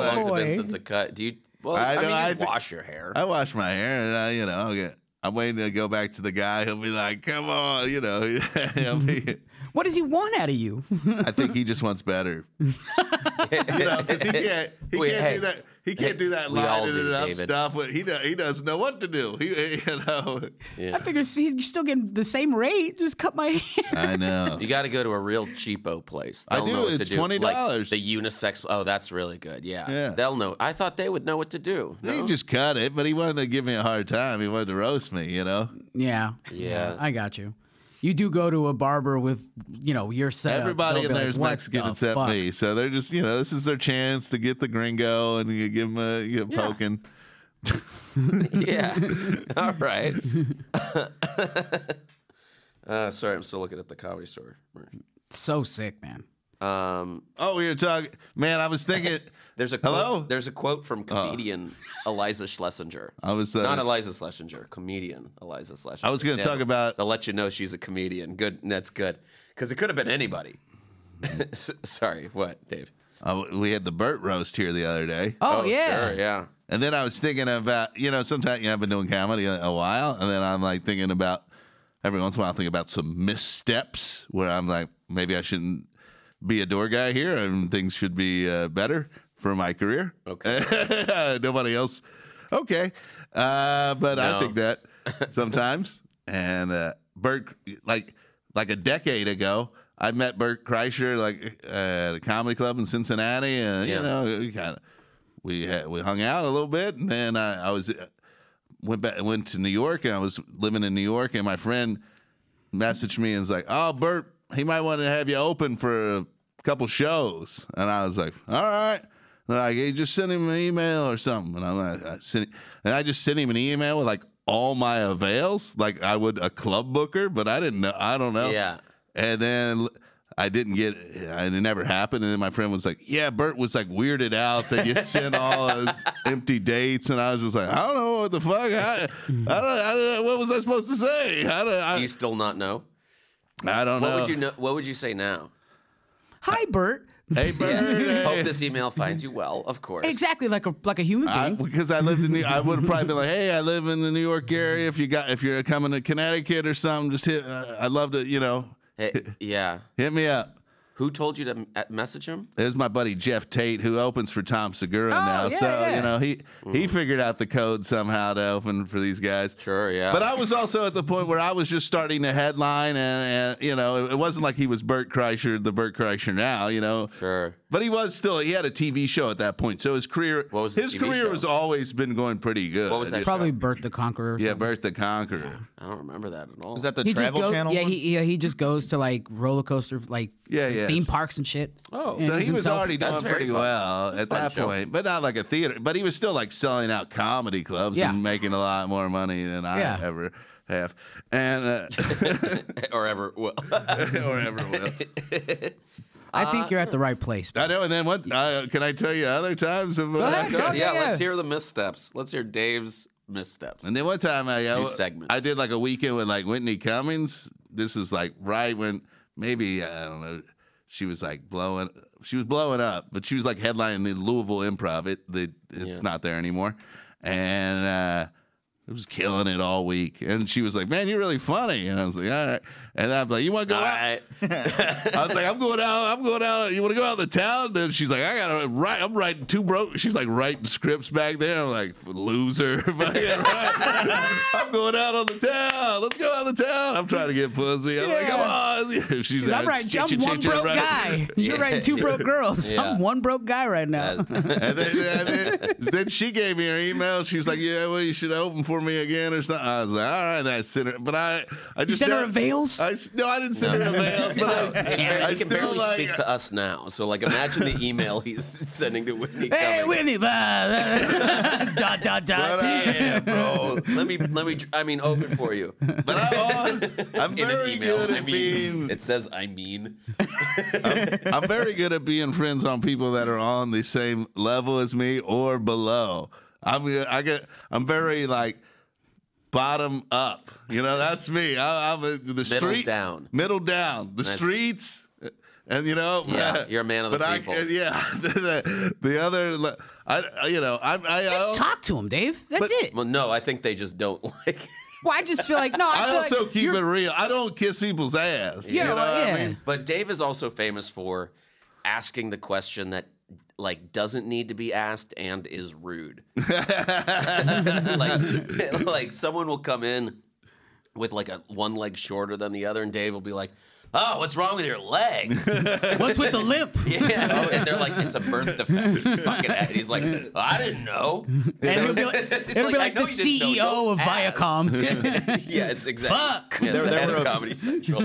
Speaker 3: like-
Speaker 4: long's it been
Speaker 2: Boy.
Speaker 4: since a cut? Do you? Well,
Speaker 3: I
Speaker 4: I,
Speaker 3: know,
Speaker 4: mean, you
Speaker 3: I thi-
Speaker 4: wash your hair.
Speaker 3: I wash my hair, and I, you know, I'll get. I'm waiting to go back to the guy. He'll be like, "Come on," you know. he'll be-
Speaker 2: What does he want out of you?
Speaker 3: I think he just wants better. you know, because he can't, he
Speaker 4: Wait,
Speaker 3: can't
Speaker 4: hey.
Speaker 3: do that. He can't do that
Speaker 4: We all
Speaker 3: lining
Speaker 4: do,
Speaker 3: it up
Speaker 4: David.
Speaker 3: stuff. But he do, he doesn't know what to do. He you know.
Speaker 4: Yeah.
Speaker 2: I figure he's still getting the same rate. Just cut my hair.
Speaker 3: I know.
Speaker 4: You got to go to a real cheapo place.
Speaker 3: I
Speaker 4: They'll
Speaker 3: do.
Speaker 4: Know what
Speaker 3: It's
Speaker 4: to do. Like
Speaker 3: $20.
Speaker 4: the unisex. Oh, that's really good. Yeah.
Speaker 3: Yeah.
Speaker 4: They'll know. I thought they would know what to do.
Speaker 3: He
Speaker 4: no?
Speaker 3: just cut it, but he wanted to give me a hard time. He wanted to roast me. You know.
Speaker 2: Yeah.
Speaker 4: Yeah.
Speaker 2: I got you. You do go to a barber with, you know, your setup. They'll
Speaker 3: Everybody in
Speaker 2: be
Speaker 3: there
Speaker 2: like,
Speaker 3: is
Speaker 2: "What
Speaker 3: Mexican
Speaker 2: the
Speaker 3: except
Speaker 2: fuck?"
Speaker 3: me. So they're just, you know, this is their chance to get the gringo and you give him a you know, poking.
Speaker 4: yeah. All right. uh, sorry, I'm still looking at the comedy store.
Speaker 2: So sick, man.
Speaker 4: Um,
Speaker 3: Oh, we were talking. Man, I was thinking.
Speaker 4: there's a
Speaker 3: Hello? Uh.
Speaker 4: Quote, there's a quote from comedian Eliza Schlesinger.
Speaker 3: I was uh,
Speaker 4: Not Eliza Schlesinger, comedian Eliza Schlesinger.
Speaker 3: I was going to
Speaker 4: Yeah,
Speaker 3: talk about.
Speaker 4: I'll let you know she's a comedian. Good, that's good because it could have been anybody. Sorry, what, Dave?
Speaker 3: Uh, we had the Burt roast here the other day,
Speaker 2: Oh, yeah.
Speaker 4: sure, yeah.
Speaker 3: and then I was thinking about you know sometimes you know, I've been doing comedy a, a while, and then I'm like thinking about every once in a while I think about some missteps where I'm like maybe I shouldn't be a door guy here, and things should be uh, better for my career. Okay, nobody else. Okay, uh, but I
Speaker 4: No.
Speaker 3: think that sometimes and uh, Bert like like a decade ago. I met Bert Kreischer like uh, at a comedy club in Cincinnati, and
Speaker 4: Yeah.
Speaker 3: you know we kind of we had, we hung out a little bit, and then I, I was went back went to New York, and I was living in New York, and my friend messaged me and was like, "Oh, Bert, he might want to have you open for a couple shows," and I was like, "All right." They're like, "Hey, just send him an email or something," and I'm like, I sent, and I just sent him an email with like all my avails, like I would a club booker, but I didn't know, I don't know,
Speaker 4: Yeah.
Speaker 3: and then l- I didn't get and it never happened. And then my friend was like, Yeah, Bert was like weirded out that you sent all those empty dates. And I was just like, I don't know what the fuck. I, I, don't, I don't know. What was I supposed to say? I don't, I,
Speaker 4: Do you still not know?
Speaker 3: I don't
Speaker 4: What
Speaker 3: know.
Speaker 4: would you know? What would you say now?
Speaker 2: Hi, Bert.
Speaker 3: Hey, Bert. hey.
Speaker 4: Hope this email finds you well, of course.
Speaker 2: Exactly like a like a human
Speaker 3: I,
Speaker 2: being.
Speaker 3: because I lived in the, I would have probably been like, hey, I live in the New York area. If you got, if you're coming to Connecticut or something, just hit. Uh, I'd love to, you know,
Speaker 4: Hey, yeah.
Speaker 3: hit me up.
Speaker 4: Who told you to m- uh, message him?
Speaker 3: There's my buddy Jeff Tate who opens for Tom Segura now.
Speaker 2: Oh, yeah,
Speaker 3: so,
Speaker 2: yeah.
Speaker 3: you know, he
Speaker 4: Mm.
Speaker 3: he figured out the code somehow to open for these guys.
Speaker 4: Sure, yeah.
Speaker 3: But I was also at the point where I was just starting to headline and, and you know, it, it wasn't like he was Bert Kreischer, the Bert Kreischer now, you know.
Speaker 4: sure.
Speaker 3: But he was still he had a TV show at that point. So his career
Speaker 4: What was the
Speaker 3: his
Speaker 4: TV
Speaker 3: career
Speaker 4: show?
Speaker 3: has always been going pretty good.
Speaker 4: What was that?
Speaker 2: Probably Bert the Conqueror. or
Speaker 3: Yeah,
Speaker 2: something.
Speaker 3: Bert the Conqueror.
Speaker 4: I don't remember that at all.
Speaker 1: Is that the
Speaker 2: He just
Speaker 1: Travel
Speaker 2: goes,
Speaker 1: Channel?
Speaker 2: yeah,
Speaker 1: one?
Speaker 2: he yeah, he just goes to like roller coaster like
Speaker 3: Yeah, yeah.
Speaker 2: theme parks and shit.
Speaker 4: Oh.
Speaker 2: And
Speaker 3: So
Speaker 2: he's
Speaker 3: he was
Speaker 2: himself.
Speaker 3: already
Speaker 4: That's
Speaker 3: doing
Speaker 4: very
Speaker 3: pretty
Speaker 4: fun.
Speaker 3: well at
Speaker 4: Fun
Speaker 3: that
Speaker 4: show.
Speaker 3: point, but not like a theater. But he was still like selling out comedy clubs
Speaker 2: Yeah.
Speaker 3: and making a lot more money than I
Speaker 2: Yeah.
Speaker 3: ever have, and uh,
Speaker 4: or ever will?
Speaker 3: or ever will.
Speaker 2: I think you're at the right place.
Speaker 3: I know. And then what? Uh, can I tell you other times of? uh,
Speaker 2: Go ahead,
Speaker 4: yeah,
Speaker 2: go ahead, yeah,
Speaker 4: let's
Speaker 2: yeah.
Speaker 4: hear the missteps. Let's hear Dave's missteps.
Speaker 3: And then one time I I,
Speaker 4: New segment.
Speaker 3: I did like a weekend with like Whitney Cummings. This is like right when maybe I don't know. She was like blowing. She was blowing up, but she was like headlining the Louisville Improv. It, the, it's
Speaker 4: Yeah.
Speaker 3: not there anymore, and uh, it was killing it all week. And she was like, "Man, you're really funny." And I was like, "All right." And I'm like, "You want to go
Speaker 4: All
Speaker 3: out?"
Speaker 4: right.
Speaker 3: I was like, I'm going out. I'm going out. You want to go out to town? And she's like, I got to write. I'm writing two broke. She's like writing scripts back there. I'm like, loser. Fucking right. I'm going out on the town. Let's go out of town. I'm trying to get pussy. I'm like, come on. She's
Speaker 2: I'm
Speaker 3: out,
Speaker 2: right.
Speaker 3: chit,
Speaker 2: I'm
Speaker 3: chit,
Speaker 2: one
Speaker 3: chit,
Speaker 2: broke
Speaker 3: right.
Speaker 2: guy. You're writing two broke girls.
Speaker 4: Yeah.
Speaker 2: I'm one broke guy right now.
Speaker 4: That's-
Speaker 3: And then, and then, then she gave me her email. She's like, yeah, well, you should open for me again or something. I was like, all right. And I sent her. But I, I just
Speaker 2: sent her
Speaker 3: don't-
Speaker 2: a veils?
Speaker 3: I s- no, I didn't send her a veils. But I, was-
Speaker 4: Damn it,
Speaker 3: I
Speaker 4: he can
Speaker 3: still
Speaker 4: barely
Speaker 3: like.
Speaker 4: speak to us now. So, like, imagine the email he's sending to Whitney.
Speaker 2: hey,
Speaker 4: Cummings.
Speaker 2: Whitney. blah, blah, dot dot dot.
Speaker 3: But I-
Speaker 4: Yeah, bro. Let me, let me. I mean, open for you.
Speaker 3: But oh, I'm, on, I'm
Speaker 4: In an
Speaker 3: very
Speaker 4: email,
Speaker 3: good
Speaker 4: I
Speaker 3: at being.
Speaker 4: It says, I mean.
Speaker 3: I'm very good at being friends on people that are on the same level as me or below. I'm I get I'm very like bottom up. You know, that's me. I, I'm a, the street
Speaker 4: down.
Speaker 3: middle down, the
Speaker 4: That's-
Speaker 3: streets. And you know,
Speaker 4: Yeah, you're a man of the
Speaker 3: but I-
Speaker 4: people.
Speaker 3: yeah, the, the other, le- I I- you know, I'm I,
Speaker 2: Just
Speaker 3: I,
Speaker 4: Oh.
Speaker 2: talk to him, Dave. That's
Speaker 3: But-
Speaker 2: it.
Speaker 4: Well, no, I think they just don't like.
Speaker 2: Well, I just feel like no. I,
Speaker 3: I
Speaker 2: feel like
Speaker 3: also keep
Speaker 2: you're-
Speaker 3: it real. I don't kiss people's ass.
Speaker 2: Yeah,
Speaker 3: you know
Speaker 2: well,
Speaker 3: what
Speaker 2: yeah.
Speaker 3: I mean?
Speaker 4: But Dave is also famous for asking the question that like doesn't need to be asked and is rude. like, like someone will come in with like a one leg shorter than the other, and Dave will be like, "Oh, what's wrong with your leg?"
Speaker 2: What's with the lip?
Speaker 4: Yeah, and they're like, "It's a birth defect." Fucking, and he's like, "I didn't know."
Speaker 2: And it'll be like,
Speaker 4: It's
Speaker 2: it'll be
Speaker 4: I
Speaker 2: like the
Speaker 4: know you didn't know,
Speaker 2: CEO
Speaker 4: don't
Speaker 2: of
Speaker 4: ask.
Speaker 2: Viacom.
Speaker 4: yeah, it's exactly.
Speaker 2: Fuck.
Speaker 4: Yeah, it's
Speaker 1: There-
Speaker 4: the
Speaker 1: there
Speaker 4: head
Speaker 1: were
Speaker 4: of
Speaker 1: a-
Speaker 4: Comedy Central.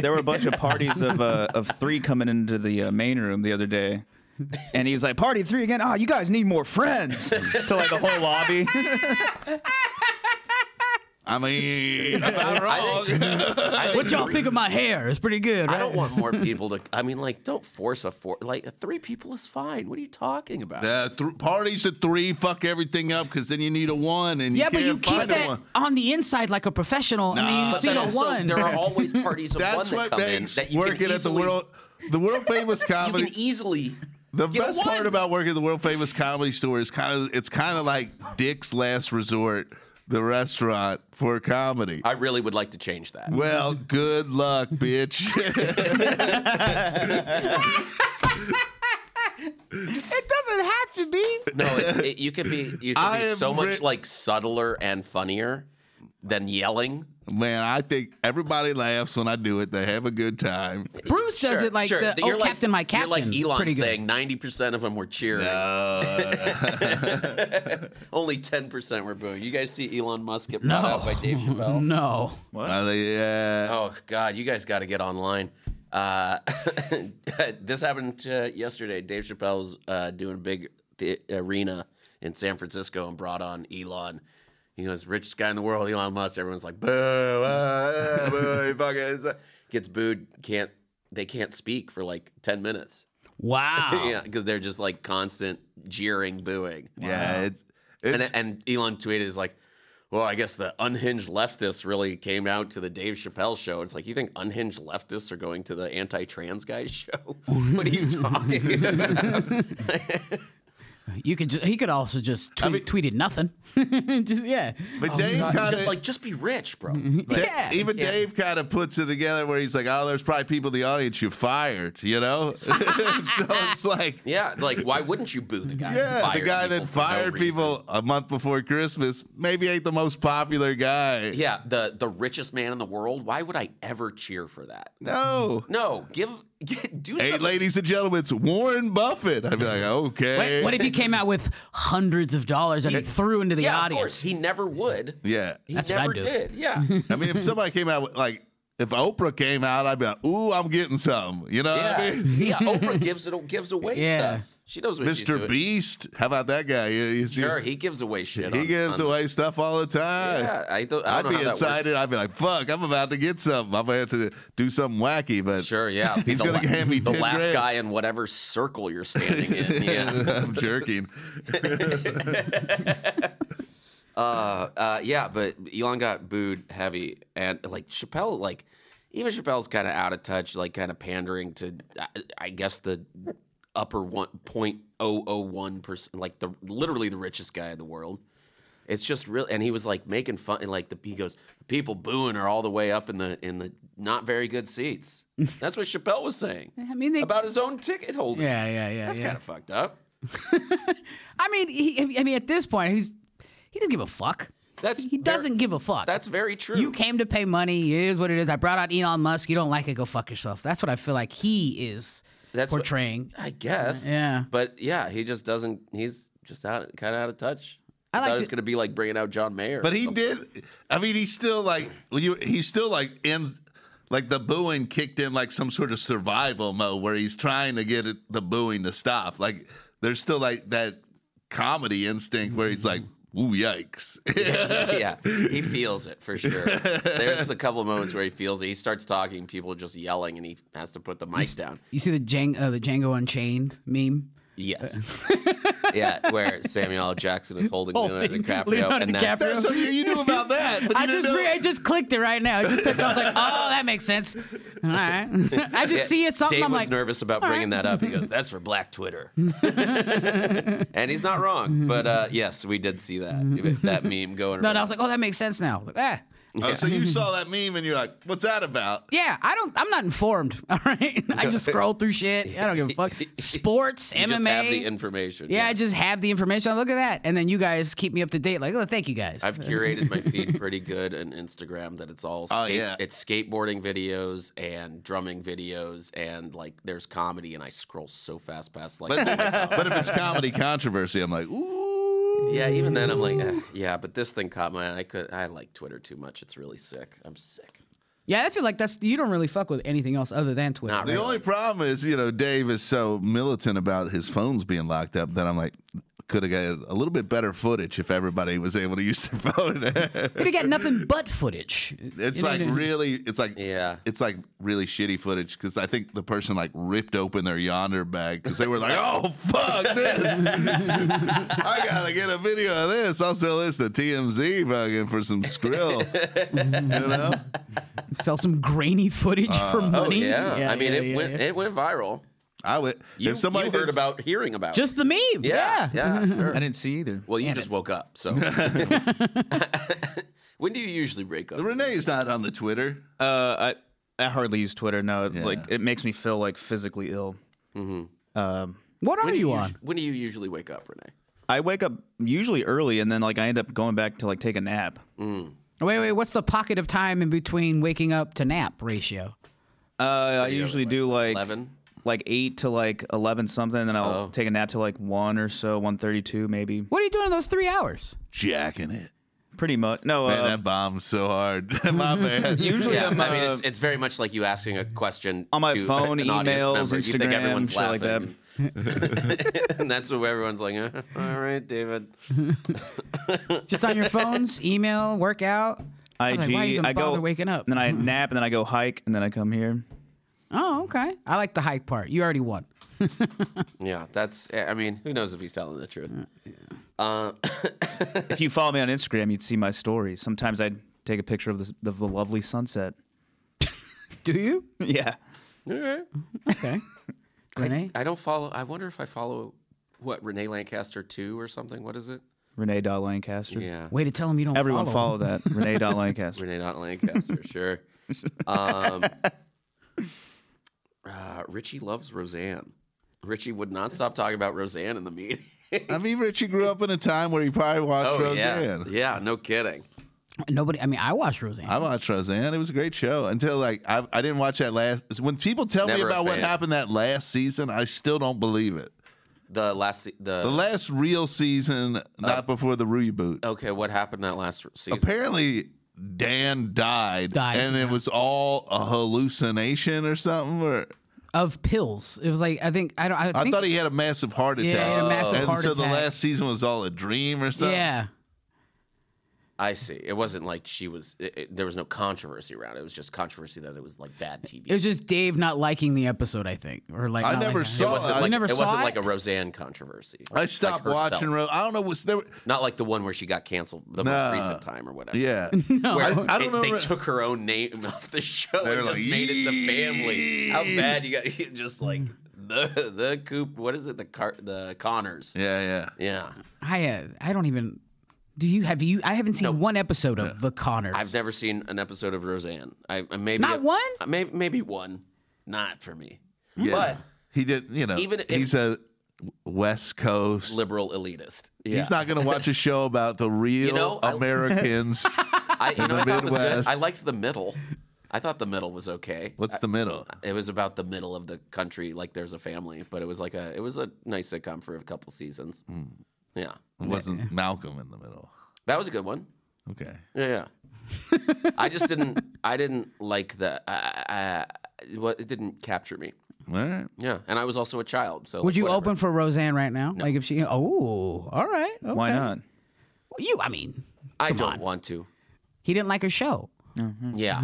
Speaker 1: there were a bunch of parties of uh, of three coming into the uh, main room the other day, and he was like, "Party three again? Ah, you guys need more friends." To like the whole lobby.
Speaker 3: I mean, I'm not wrong.
Speaker 4: I
Speaker 2: What
Speaker 4: think-
Speaker 2: y'all think of my hair? It's pretty good, right?
Speaker 4: I don't want more people to. I mean, like, don't force a four. Like, three people is fine. What are you talking about?
Speaker 3: Uh, th- parties at three, fuck everything up because then you need a one and you
Speaker 2: yeah, but
Speaker 3: can't
Speaker 2: you keep
Speaker 3: find a
Speaker 2: that
Speaker 3: one.
Speaker 2: on the inside like a professional, and then
Speaker 3: Nah.
Speaker 2: you
Speaker 4: but
Speaker 2: see
Speaker 4: then
Speaker 2: the
Speaker 4: also,
Speaker 2: one.
Speaker 4: there are always parties of one
Speaker 3: That's
Speaker 4: that
Speaker 3: what
Speaker 4: come in
Speaker 3: makes
Speaker 4: that you
Speaker 3: working
Speaker 4: can
Speaker 3: at the
Speaker 4: easily,
Speaker 3: world, the world famous
Speaker 4: You
Speaker 3: comedy.
Speaker 4: can easily.
Speaker 3: The
Speaker 4: Get
Speaker 3: best
Speaker 4: one.
Speaker 3: part about working at the world famous comedy store is kind of it's kind of like Dick's Last Resort, the restaurant for comedy.
Speaker 4: I really would like to change that.
Speaker 3: well, good luck, bitch.
Speaker 2: it doesn't have to be.
Speaker 4: No, it's, it, you could be. You could
Speaker 3: I
Speaker 4: be
Speaker 3: am
Speaker 4: so
Speaker 3: re-
Speaker 4: much like subtler and funnier than yelling.
Speaker 3: Man, I think everybody laughs when I do it. They have a good time.
Speaker 2: Bruce does
Speaker 4: Sure,
Speaker 2: it like
Speaker 4: sure.
Speaker 2: the,
Speaker 4: You're
Speaker 2: oh,
Speaker 4: like-
Speaker 2: Captain, my Captain.
Speaker 4: You're like Elon
Speaker 2: pretty good.
Speaker 4: saying 90% of them were cheering.
Speaker 3: Uh,
Speaker 4: Only 10% were booing. You guys see Elon Musk get brought
Speaker 2: No.
Speaker 4: out by Dave Chappelle?
Speaker 2: No.
Speaker 3: I think, yeah.
Speaker 4: Oh God, you guys got to get online. Uh, this happened uh, yesterday. Dave Chappelle was uh, doing a big th- arena in San Francisco and brought on Elon. He goes, richest guy in the world, Elon Musk. Everyone's like, boo, ah, boo, you fucking it's a-" gets booed. Can't they can't speak for like ten minutes?
Speaker 2: Wow.
Speaker 4: Yeah, because they're just like constant jeering, booing.
Speaker 3: Yeah, it's it's
Speaker 4: And, and Elon tweeted is like, well, I guess the unhinged leftists really came out to the Dave Chappelle show. It's like, you think unhinged leftists are going to the anti-trans guys show? what are you talking about?
Speaker 2: You could. Ju- he could also just tweet,
Speaker 3: mean-
Speaker 2: tweeted nothing. just yeah.
Speaker 3: but Dave kind
Speaker 4: oh, just
Speaker 3: of
Speaker 4: like, just be rich, bro.
Speaker 3: Da-
Speaker 4: Like,
Speaker 2: Yeah.
Speaker 3: even Dave kind of puts it together where he's like, "Oh, there's probably people in the audience you fired," you know. so it's like,
Speaker 4: yeah, like why wouldn't you boo the guy? who
Speaker 3: yeah, the
Speaker 4: fired
Speaker 3: guy
Speaker 4: people
Speaker 3: that
Speaker 4: for no
Speaker 3: fired
Speaker 4: reason?
Speaker 3: people a month before Christmas maybe ain't the most popular guy.
Speaker 4: Yeah, the the richest man in the world. Why would I ever cheer for that?
Speaker 3: No.
Speaker 4: No, give get, do
Speaker 3: Hey,
Speaker 4: something.
Speaker 3: ladies and gentlemen, it's Warren Buffett. I'd be like, okay,
Speaker 2: Wait, what if he came out with hundreds of dollars and he threw into the
Speaker 4: yeah, of
Speaker 2: audience?
Speaker 4: course he never would.
Speaker 3: yeah.
Speaker 4: He
Speaker 2: That's what I'd
Speaker 4: never
Speaker 2: do.
Speaker 4: did. Yeah.
Speaker 3: I mean, if somebody came out with like, if Oprah came out, I'd be like, ooh, I'm getting some. You know what I
Speaker 4: Yeah,
Speaker 3: mean?
Speaker 4: yeah. Oprah gives it gives away
Speaker 2: Yeah.
Speaker 4: stuff. She knows what she's
Speaker 3: Mr.
Speaker 4: doing.
Speaker 3: Beast, how about that guy? You- you see-
Speaker 4: Sure, he gives away shit.
Speaker 3: he
Speaker 4: on-
Speaker 3: gives
Speaker 4: on-
Speaker 3: away stuff all the time.
Speaker 4: Yeah, I, th- I
Speaker 3: I'd
Speaker 4: don't know
Speaker 3: be
Speaker 4: how that works.
Speaker 3: excited. I'd be like, "Fuck, I'm about to get something. I'm gonna have to do something wacky." But
Speaker 4: Sure, yeah. Be
Speaker 3: He's
Speaker 4: the
Speaker 3: gonna
Speaker 4: la-
Speaker 3: hand me
Speaker 4: the
Speaker 3: 10
Speaker 4: last
Speaker 3: grand.
Speaker 4: guy in whatever circle you're standing in. Yeah,
Speaker 3: I'm jerking.
Speaker 4: uh, uh, yeah. But Elon got booed heavy, and like Chappelle, like even Chappelle's kind of out of touch, like kind of pandering to, I, I guess the upper one point oh oh one percent, like the literally the richest guy in the world. It's just real, and he was like making fun, and like the he goes, the people booing are all the way up in the in the not very good seats. That's what Chappelle was saying
Speaker 2: I mean, they,
Speaker 4: about his own ticket holder.
Speaker 2: yeah, yeah, yeah.
Speaker 4: that's
Speaker 2: yeah.
Speaker 4: kind of fucked up.
Speaker 2: I mean, he, I mean, at this point, he's he doesn't give a fuck.
Speaker 4: That's
Speaker 2: he
Speaker 4: ver-
Speaker 2: doesn't give a fuck.
Speaker 4: That's very true.
Speaker 2: you came to pay money. It is what it is. I brought out Elon Musk. You don't like it? Go fuck yourself. That's what I feel like he is
Speaker 4: That's what-
Speaker 2: portraying.
Speaker 4: I guess.
Speaker 2: Yeah.
Speaker 4: But yeah, he just doesn't. He's just out, kind of out of touch. I,
Speaker 2: I
Speaker 4: thought
Speaker 2: liked
Speaker 4: it was
Speaker 2: it-
Speaker 4: going to be like bringing out John Mayer.
Speaker 3: But he did. I mean, he's still like, well, you, he's still like in, like the booing kicked in like some sort of survival mode where he's trying to get it, the booing to stop. Like there's still like that comedy instinct where he's like, "Ooh, yikes!"
Speaker 4: yeah, he feels it for sure. There's a couple of moments where he feels it. He starts talking, people are just yelling, and he has to put the mic down.
Speaker 2: You see the Django, uh, the Django Unchained meme.
Speaker 4: Yes. yeah, where Samuel L. Jackson is holding Leonardo
Speaker 2: Holding
Speaker 4: DiCaprio,
Speaker 2: Leonardo
Speaker 4: and that's
Speaker 2: DiCaprio.
Speaker 3: so you, you knew about that, but you
Speaker 2: I
Speaker 3: didn't
Speaker 2: just
Speaker 3: know.
Speaker 2: re- I just clicked it right now. I just clicked, I was like, oh, that makes sense. All right. I just see it something.
Speaker 4: Dave
Speaker 2: I'm
Speaker 4: was
Speaker 2: like,
Speaker 4: nervous about bringing that up. He goes, "That's for Black Twitter," and he's not wrong. But uh, yes, we did see that that meme
Speaker 2: Mm-hmm.
Speaker 4: going.
Speaker 2: no,
Speaker 4: around.
Speaker 2: no. I was like, oh, that makes sense now. I was like, ah.
Speaker 3: Oh, so you saw that meme and you're like, what's that about?
Speaker 2: Yeah, I don't. I'm not informed. All right, I just scroll through shit. I don't give a fuck. Sports,
Speaker 4: You
Speaker 2: MMA.
Speaker 4: just have the information.
Speaker 2: yeah, I just have the information. I look at that, and then you guys keep me up to date. Like, oh, thank you guys.
Speaker 4: I've curated my feed pretty good and Instagram that it's all
Speaker 3: Oh,
Speaker 4: skate-
Speaker 3: yeah.
Speaker 4: it's skateboarding videos and drumming videos and like there's comedy and I scroll so fast past like oh my God.
Speaker 3: But if it's comedy controversy, I'm like, ooh.
Speaker 4: yeah even then I'm like "Eh, yeah but this thing caught my eye I could I like Twitter too much it's really sick I'm sick
Speaker 2: yeah, I feel like that's you don't really fuck with anything else other than Twitter.
Speaker 4: Not
Speaker 3: The
Speaker 4: really.
Speaker 3: only problem is, you know, Dave is so militant about his phones being locked up that I'm like, could have got a little bit better footage if everybody was able to use their phone.
Speaker 2: But you got nothing but footage.
Speaker 3: it's
Speaker 2: You know
Speaker 3: like
Speaker 2: what I mean?
Speaker 3: really, it's like,
Speaker 4: Yeah.
Speaker 3: it's like really shitty footage because I think the person like ripped open their yonder bag because they were like, oh fuck this, I gotta get a video of this. I'll sell this to TMZ fucking for some skrill, you know.
Speaker 2: sell some grainy footage for money.
Speaker 4: Uh, oh, yeah. I mean
Speaker 2: yeah,
Speaker 4: it
Speaker 2: yeah,
Speaker 4: went
Speaker 2: yeah.
Speaker 4: it went viral
Speaker 3: I would.
Speaker 4: you,
Speaker 3: if somebody
Speaker 4: you
Speaker 3: did
Speaker 4: heard
Speaker 3: s-
Speaker 4: about hearing about it.
Speaker 2: just the meme.
Speaker 4: yeah yeah, sure.
Speaker 1: I didn't see either.
Speaker 4: well you
Speaker 2: Damn
Speaker 4: just
Speaker 2: it.
Speaker 4: woke up so when do you usually wake up
Speaker 3: Renee's not on the Twitter.
Speaker 1: Uh, I I hardly use Twitter. No, it-
Speaker 3: Yeah.
Speaker 1: like it makes me feel like physically ill.
Speaker 2: What are
Speaker 4: when do
Speaker 2: you
Speaker 4: you
Speaker 2: on?
Speaker 4: usu- when do you usually wake up Renee
Speaker 1: I wake up usually early, and then like I end up going back to like take a nap.
Speaker 2: Wait, wait. What's the pocket of time in between waking up to nap ratio?
Speaker 1: Uh, I usually do like
Speaker 4: 11
Speaker 1: like eight to like eleven something, and then I'll
Speaker 4: Oh.
Speaker 1: take a nap to like one or so, one thirty two maybe.
Speaker 2: What are you doing in those three hours?
Speaker 3: Jacking it.
Speaker 1: Pretty much. No,
Speaker 3: Man,
Speaker 1: uh,
Speaker 3: that bombs so hard. My bad.
Speaker 1: usually
Speaker 4: Yeah,
Speaker 1: I'm,
Speaker 4: I mean,
Speaker 1: uh,
Speaker 4: it's, it's very much like you asking a question
Speaker 1: On my
Speaker 4: to
Speaker 1: phone,
Speaker 4: an audience
Speaker 1: emails,
Speaker 4: member. You think
Speaker 1: Instagram,
Speaker 4: everyone's
Speaker 1: shit like that.
Speaker 4: laughing, and that's where everyone's like, "Uh, "All right, David."
Speaker 2: Just on your phones, email, workout. I'm like,
Speaker 1: IG.
Speaker 2: why even
Speaker 1: I go
Speaker 2: bother waking up?
Speaker 1: and then I nap, and then I go hike, and then I come here.
Speaker 2: Oh, okay. I like the hike part. You already won.
Speaker 4: Yeah, that's. I mean, who knows if he's telling the truth? Uh,
Speaker 1: if you follow me on Instagram, you'd see my stories. Sometimes I'd take a picture of the, of the lovely sunset.
Speaker 2: Do you?
Speaker 1: yeah.
Speaker 4: all right.
Speaker 2: Okay. Renee?
Speaker 4: I don't follow. I wonder if I follow what Renee Lancaster two or something. What is it?
Speaker 1: Renee dot Lancaster.
Speaker 4: Yeah,
Speaker 2: Way to tell him you don't
Speaker 1: Everyone follow,
Speaker 2: follow.
Speaker 1: that. Renee dot Lancaster.
Speaker 4: Renee not Lancaster. sure. Um, uh, Richie loves Roseanne. Richie would not stop talking about Roseanne in the meeting. Oh,
Speaker 3: I mean, Richie grew up in a time where he probably watched
Speaker 2: Oh,
Speaker 3: Roseanne.
Speaker 4: yeah, yeah, no kidding.
Speaker 2: Nobody. I mean, I watched Roseanne.
Speaker 3: I watched Roseanne. It was a great show until like I, I didn't watch that last. When people tell me
Speaker 4: Never a
Speaker 3: about what
Speaker 4: fan.
Speaker 3: happened that last season, I still don't believe it.
Speaker 4: The last se- the,
Speaker 2: Uh-huh.
Speaker 3: The last real
Speaker 2: Uh,
Speaker 3: season, not before the reboot.
Speaker 4: okay, what happened that last season?
Speaker 3: Apparently, Dan died,
Speaker 2: Died,
Speaker 3: and it was all a hallucination or something. Or
Speaker 2: of pills. It was like I think I don't. I,
Speaker 3: I
Speaker 2: think,
Speaker 3: thought he had a massive heart
Speaker 2: Yeah,
Speaker 3: attack.
Speaker 2: he had a massive
Speaker 3: and
Speaker 2: heart
Speaker 3: so the
Speaker 2: attack.
Speaker 3: last season was uh, all a dream or something.
Speaker 2: Yeah.
Speaker 4: I see. It wasn't like she was. It, it- there was no controversy around it. It was just controversy that it was like bad TV.
Speaker 2: It was just Dave not liking the episode. I think, or like
Speaker 3: I
Speaker 2: not
Speaker 3: never
Speaker 2: liking-
Speaker 3: saw
Speaker 4: wasn't
Speaker 3: I-
Speaker 4: like,
Speaker 2: never
Speaker 4: it
Speaker 2: saw
Speaker 4: wasn't
Speaker 2: it?
Speaker 4: like a Roseanne controversy.
Speaker 3: I stopped
Speaker 4: Like herself.
Speaker 3: watching. Ro- I don't know. Was there?
Speaker 4: Not like the one where she got canceled the
Speaker 3: Nah.
Speaker 4: most recent time or whatever.
Speaker 3: Yeah.
Speaker 4: Where
Speaker 3: I- I don't
Speaker 4: it- They
Speaker 3: remember-
Speaker 4: took her own name off the show
Speaker 3: They
Speaker 4: and
Speaker 3: were
Speaker 4: just
Speaker 3: like,
Speaker 4: made it the family. How
Speaker 3: "Yee."
Speaker 4: bad you got?
Speaker 3: Hmm.
Speaker 4: Just like the the coop. What is it? The car. The Connors.
Speaker 3: Yeah, yeah.
Speaker 4: yeah.
Speaker 2: I uh, I don't even. Do you have you? I haven't seen one episode of The Connors.
Speaker 4: I've never seen an episode of Roseanne. I I- maybe
Speaker 2: Not one?
Speaker 4: Maybe maybe one. Not for me.
Speaker 3: Yeah.
Speaker 4: But
Speaker 3: he did, you know,
Speaker 4: Even if-
Speaker 3: he's a West Coast.
Speaker 4: liberal elitist. Yeah.
Speaker 3: He's not going to watch a show about the real
Speaker 4: know, I-
Speaker 3: Americans.
Speaker 4: I, you know, I thought it was good.
Speaker 3: Midwest.
Speaker 4: I liked the middle. I thought the middle was okay.
Speaker 3: What's the middle?
Speaker 4: It was about the middle of the country, like there's a family, but it was like a it was a nice sitcom for a couple seasons.
Speaker 3: Hmm.
Speaker 4: Yeah,
Speaker 3: It wasn't Malcolm in the middle.
Speaker 4: that was a good one.
Speaker 3: Okay.
Speaker 4: Yeah, yeah. I just didn't I didn't like the uh, uh, what it didn't capture me.
Speaker 3: All right.
Speaker 4: Yeah, and I was also a child, so
Speaker 2: Would
Speaker 4: like,
Speaker 2: you
Speaker 4: whatever.
Speaker 2: open for Roseanne right now? Like if she? Oh, all right. Okay.
Speaker 1: Why not?
Speaker 2: You. I mean,
Speaker 4: I don't want to.
Speaker 2: he didn't like her show.
Speaker 4: Yeah,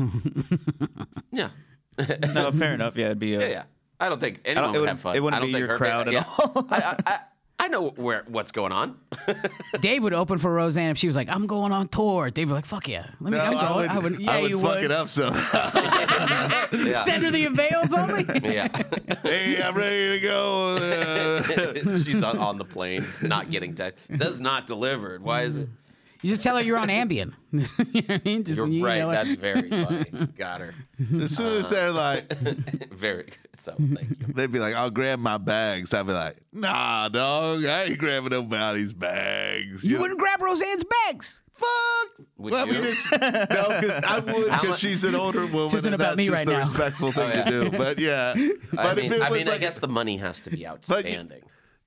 Speaker 4: yeah,
Speaker 1: No, fair enough. Yeah, it'd be. A,
Speaker 4: yeah, yeah. I don't think anyone
Speaker 1: it
Speaker 4: would
Speaker 1: wouldn't-
Speaker 4: have fun.
Speaker 1: it wouldn't
Speaker 4: I don't
Speaker 1: be
Speaker 4: think
Speaker 1: your
Speaker 4: her-
Speaker 1: crowd at
Speaker 4: yeah. I, I, I, I know where what's going on.
Speaker 2: Dave would open for Roseanne if she was like, "I'm going on tour." Dave would like, "Fuck yeah, let me.
Speaker 3: No,
Speaker 2: I'm
Speaker 3: I
Speaker 2: going."
Speaker 3: would,
Speaker 2: I would. Yeah,
Speaker 3: I would
Speaker 2: you
Speaker 3: fuck
Speaker 2: would.
Speaker 3: it up somehow.
Speaker 4: Yeah.
Speaker 2: Send her the avails only.
Speaker 4: yeah.
Speaker 3: hey, I'm ready to go. Uh,
Speaker 4: She's on, on the plane, not getting text. It says not delivered. Why is it?
Speaker 2: You just tell her you're on Ambien. you know what I mean? Just
Speaker 4: You're
Speaker 2: when you
Speaker 4: right.
Speaker 2: yell at-
Speaker 4: That's very funny. Got her.
Speaker 3: as soon as they're like,
Speaker 4: Very good. So thank you.
Speaker 3: they'd be like, I'll grab my bags. I'd be like, nah, dog, I ain't grabbing nobody's bags.
Speaker 2: you
Speaker 3: know?
Speaker 2: wouldn't grab Roseanne's bags.
Speaker 3: Fuck.
Speaker 4: Would
Speaker 3: well, I
Speaker 4: you?
Speaker 3: mean, it's, no, because I would, because she's an older woman.
Speaker 2: isn't
Speaker 3: and
Speaker 2: about
Speaker 3: that's
Speaker 2: me
Speaker 3: just
Speaker 2: right
Speaker 3: the
Speaker 2: now.
Speaker 3: respectful thing
Speaker 4: Oh, yeah.
Speaker 3: to do. But yeah,
Speaker 4: I
Speaker 3: but
Speaker 4: mean,
Speaker 3: if it
Speaker 4: I,
Speaker 3: was
Speaker 4: mean I
Speaker 3: like-
Speaker 4: guess the money has to be outstanding.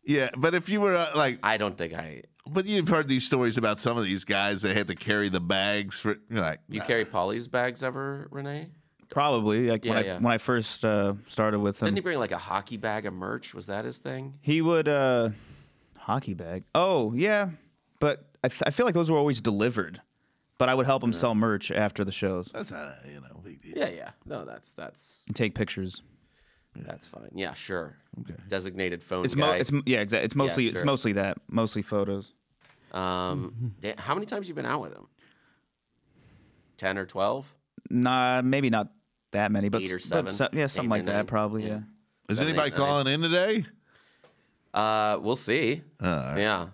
Speaker 3: yeah, but if you were uh, like,
Speaker 4: I don't think I.
Speaker 3: but you've heard these stories about some of these guys that had to carry the bags for, you're like,
Speaker 4: You
Speaker 3: nah.
Speaker 4: carry Polly's bags ever, Renee?
Speaker 1: Probably. Like
Speaker 4: Yeah,
Speaker 1: when, I,
Speaker 4: yeah.
Speaker 1: when I first uh, started with him,
Speaker 4: Didn't he bring like a hockey bag of merch? Was that his thing?
Speaker 1: he would uh, hockey bag. Oh yeah, but I, th- I feel like those were always delivered. But I would help him sell merch after the shows
Speaker 3: that's not a, you know, big deal.
Speaker 4: Yeah, yeah. No, that's that's
Speaker 1: and take pictures.
Speaker 4: that's fine. Yeah, sure. Designated phone
Speaker 1: It's mo-
Speaker 4: guy.
Speaker 1: it's yeah, exactly. It's mostly it's
Speaker 4: sure.
Speaker 1: mostly that, mostly photos.
Speaker 4: um, Dan- how many times you been out with him? Ten or twelve?
Speaker 1: Nah, maybe not that many, but,
Speaker 4: Eight or
Speaker 1: s-
Speaker 4: seven,
Speaker 1: but so- yeah,
Speaker 4: eight
Speaker 1: something
Speaker 4: or
Speaker 1: like
Speaker 4: nine,
Speaker 1: that, probably.
Speaker 4: yeah.
Speaker 1: Yeah.
Speaker 3: Is
Speaker 4: Seven, eight,
Speaker 3: anybody
Speaker 4: nine.
Speaker 3: calling in today?
Speaker 4: Uh, we'll see. yeah.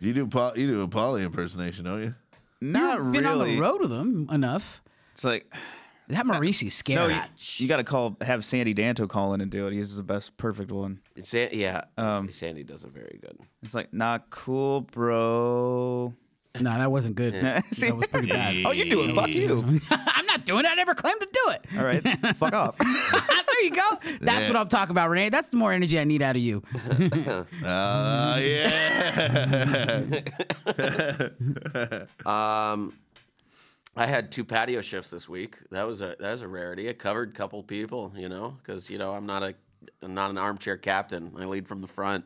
Speaker 3: You do Paul, you do a Polly impersonation, don't you?
Speaker 1: Not
Speaker 2: You've been
Speaker 1: really.
Speaker 2: on the road with them enough.
Speaker 1: It's like
Speaker 2: That Maurice's
Speaker 4: Ah,
Speaker 1: no,
Speaker 2: scary.
Speaker 1: you, you got to call have Sandy Danto call in and do it. He's the best, perfect one.
Speaker 4: San- yeah.
Speaker 1: Um,
Speaker 4: Sandy does it very good.
Speaker 1: It's like not cool, bro.
Speaker 2: no, that wasn't good.
Speaker 1: See?
Speaker 2: That was pretty bad.
Speaker 1: Oh, you do it. Fuck you.
Speaker 2: I'm not doing it. I never claimed to do it. Ah,
Speaker 1: All right, fuck off.
Speaker 2: there you go. That's what I'm talking about, Renee. That's the more energy I need out of you.
Speaker 3: Uh, yeah.
Speaker 4: Um, I had two patio shifts this week. That was a that was a rarity. I covered couple people, you know, because you know I'm not a I'm not an armchair captain. I lead from the front,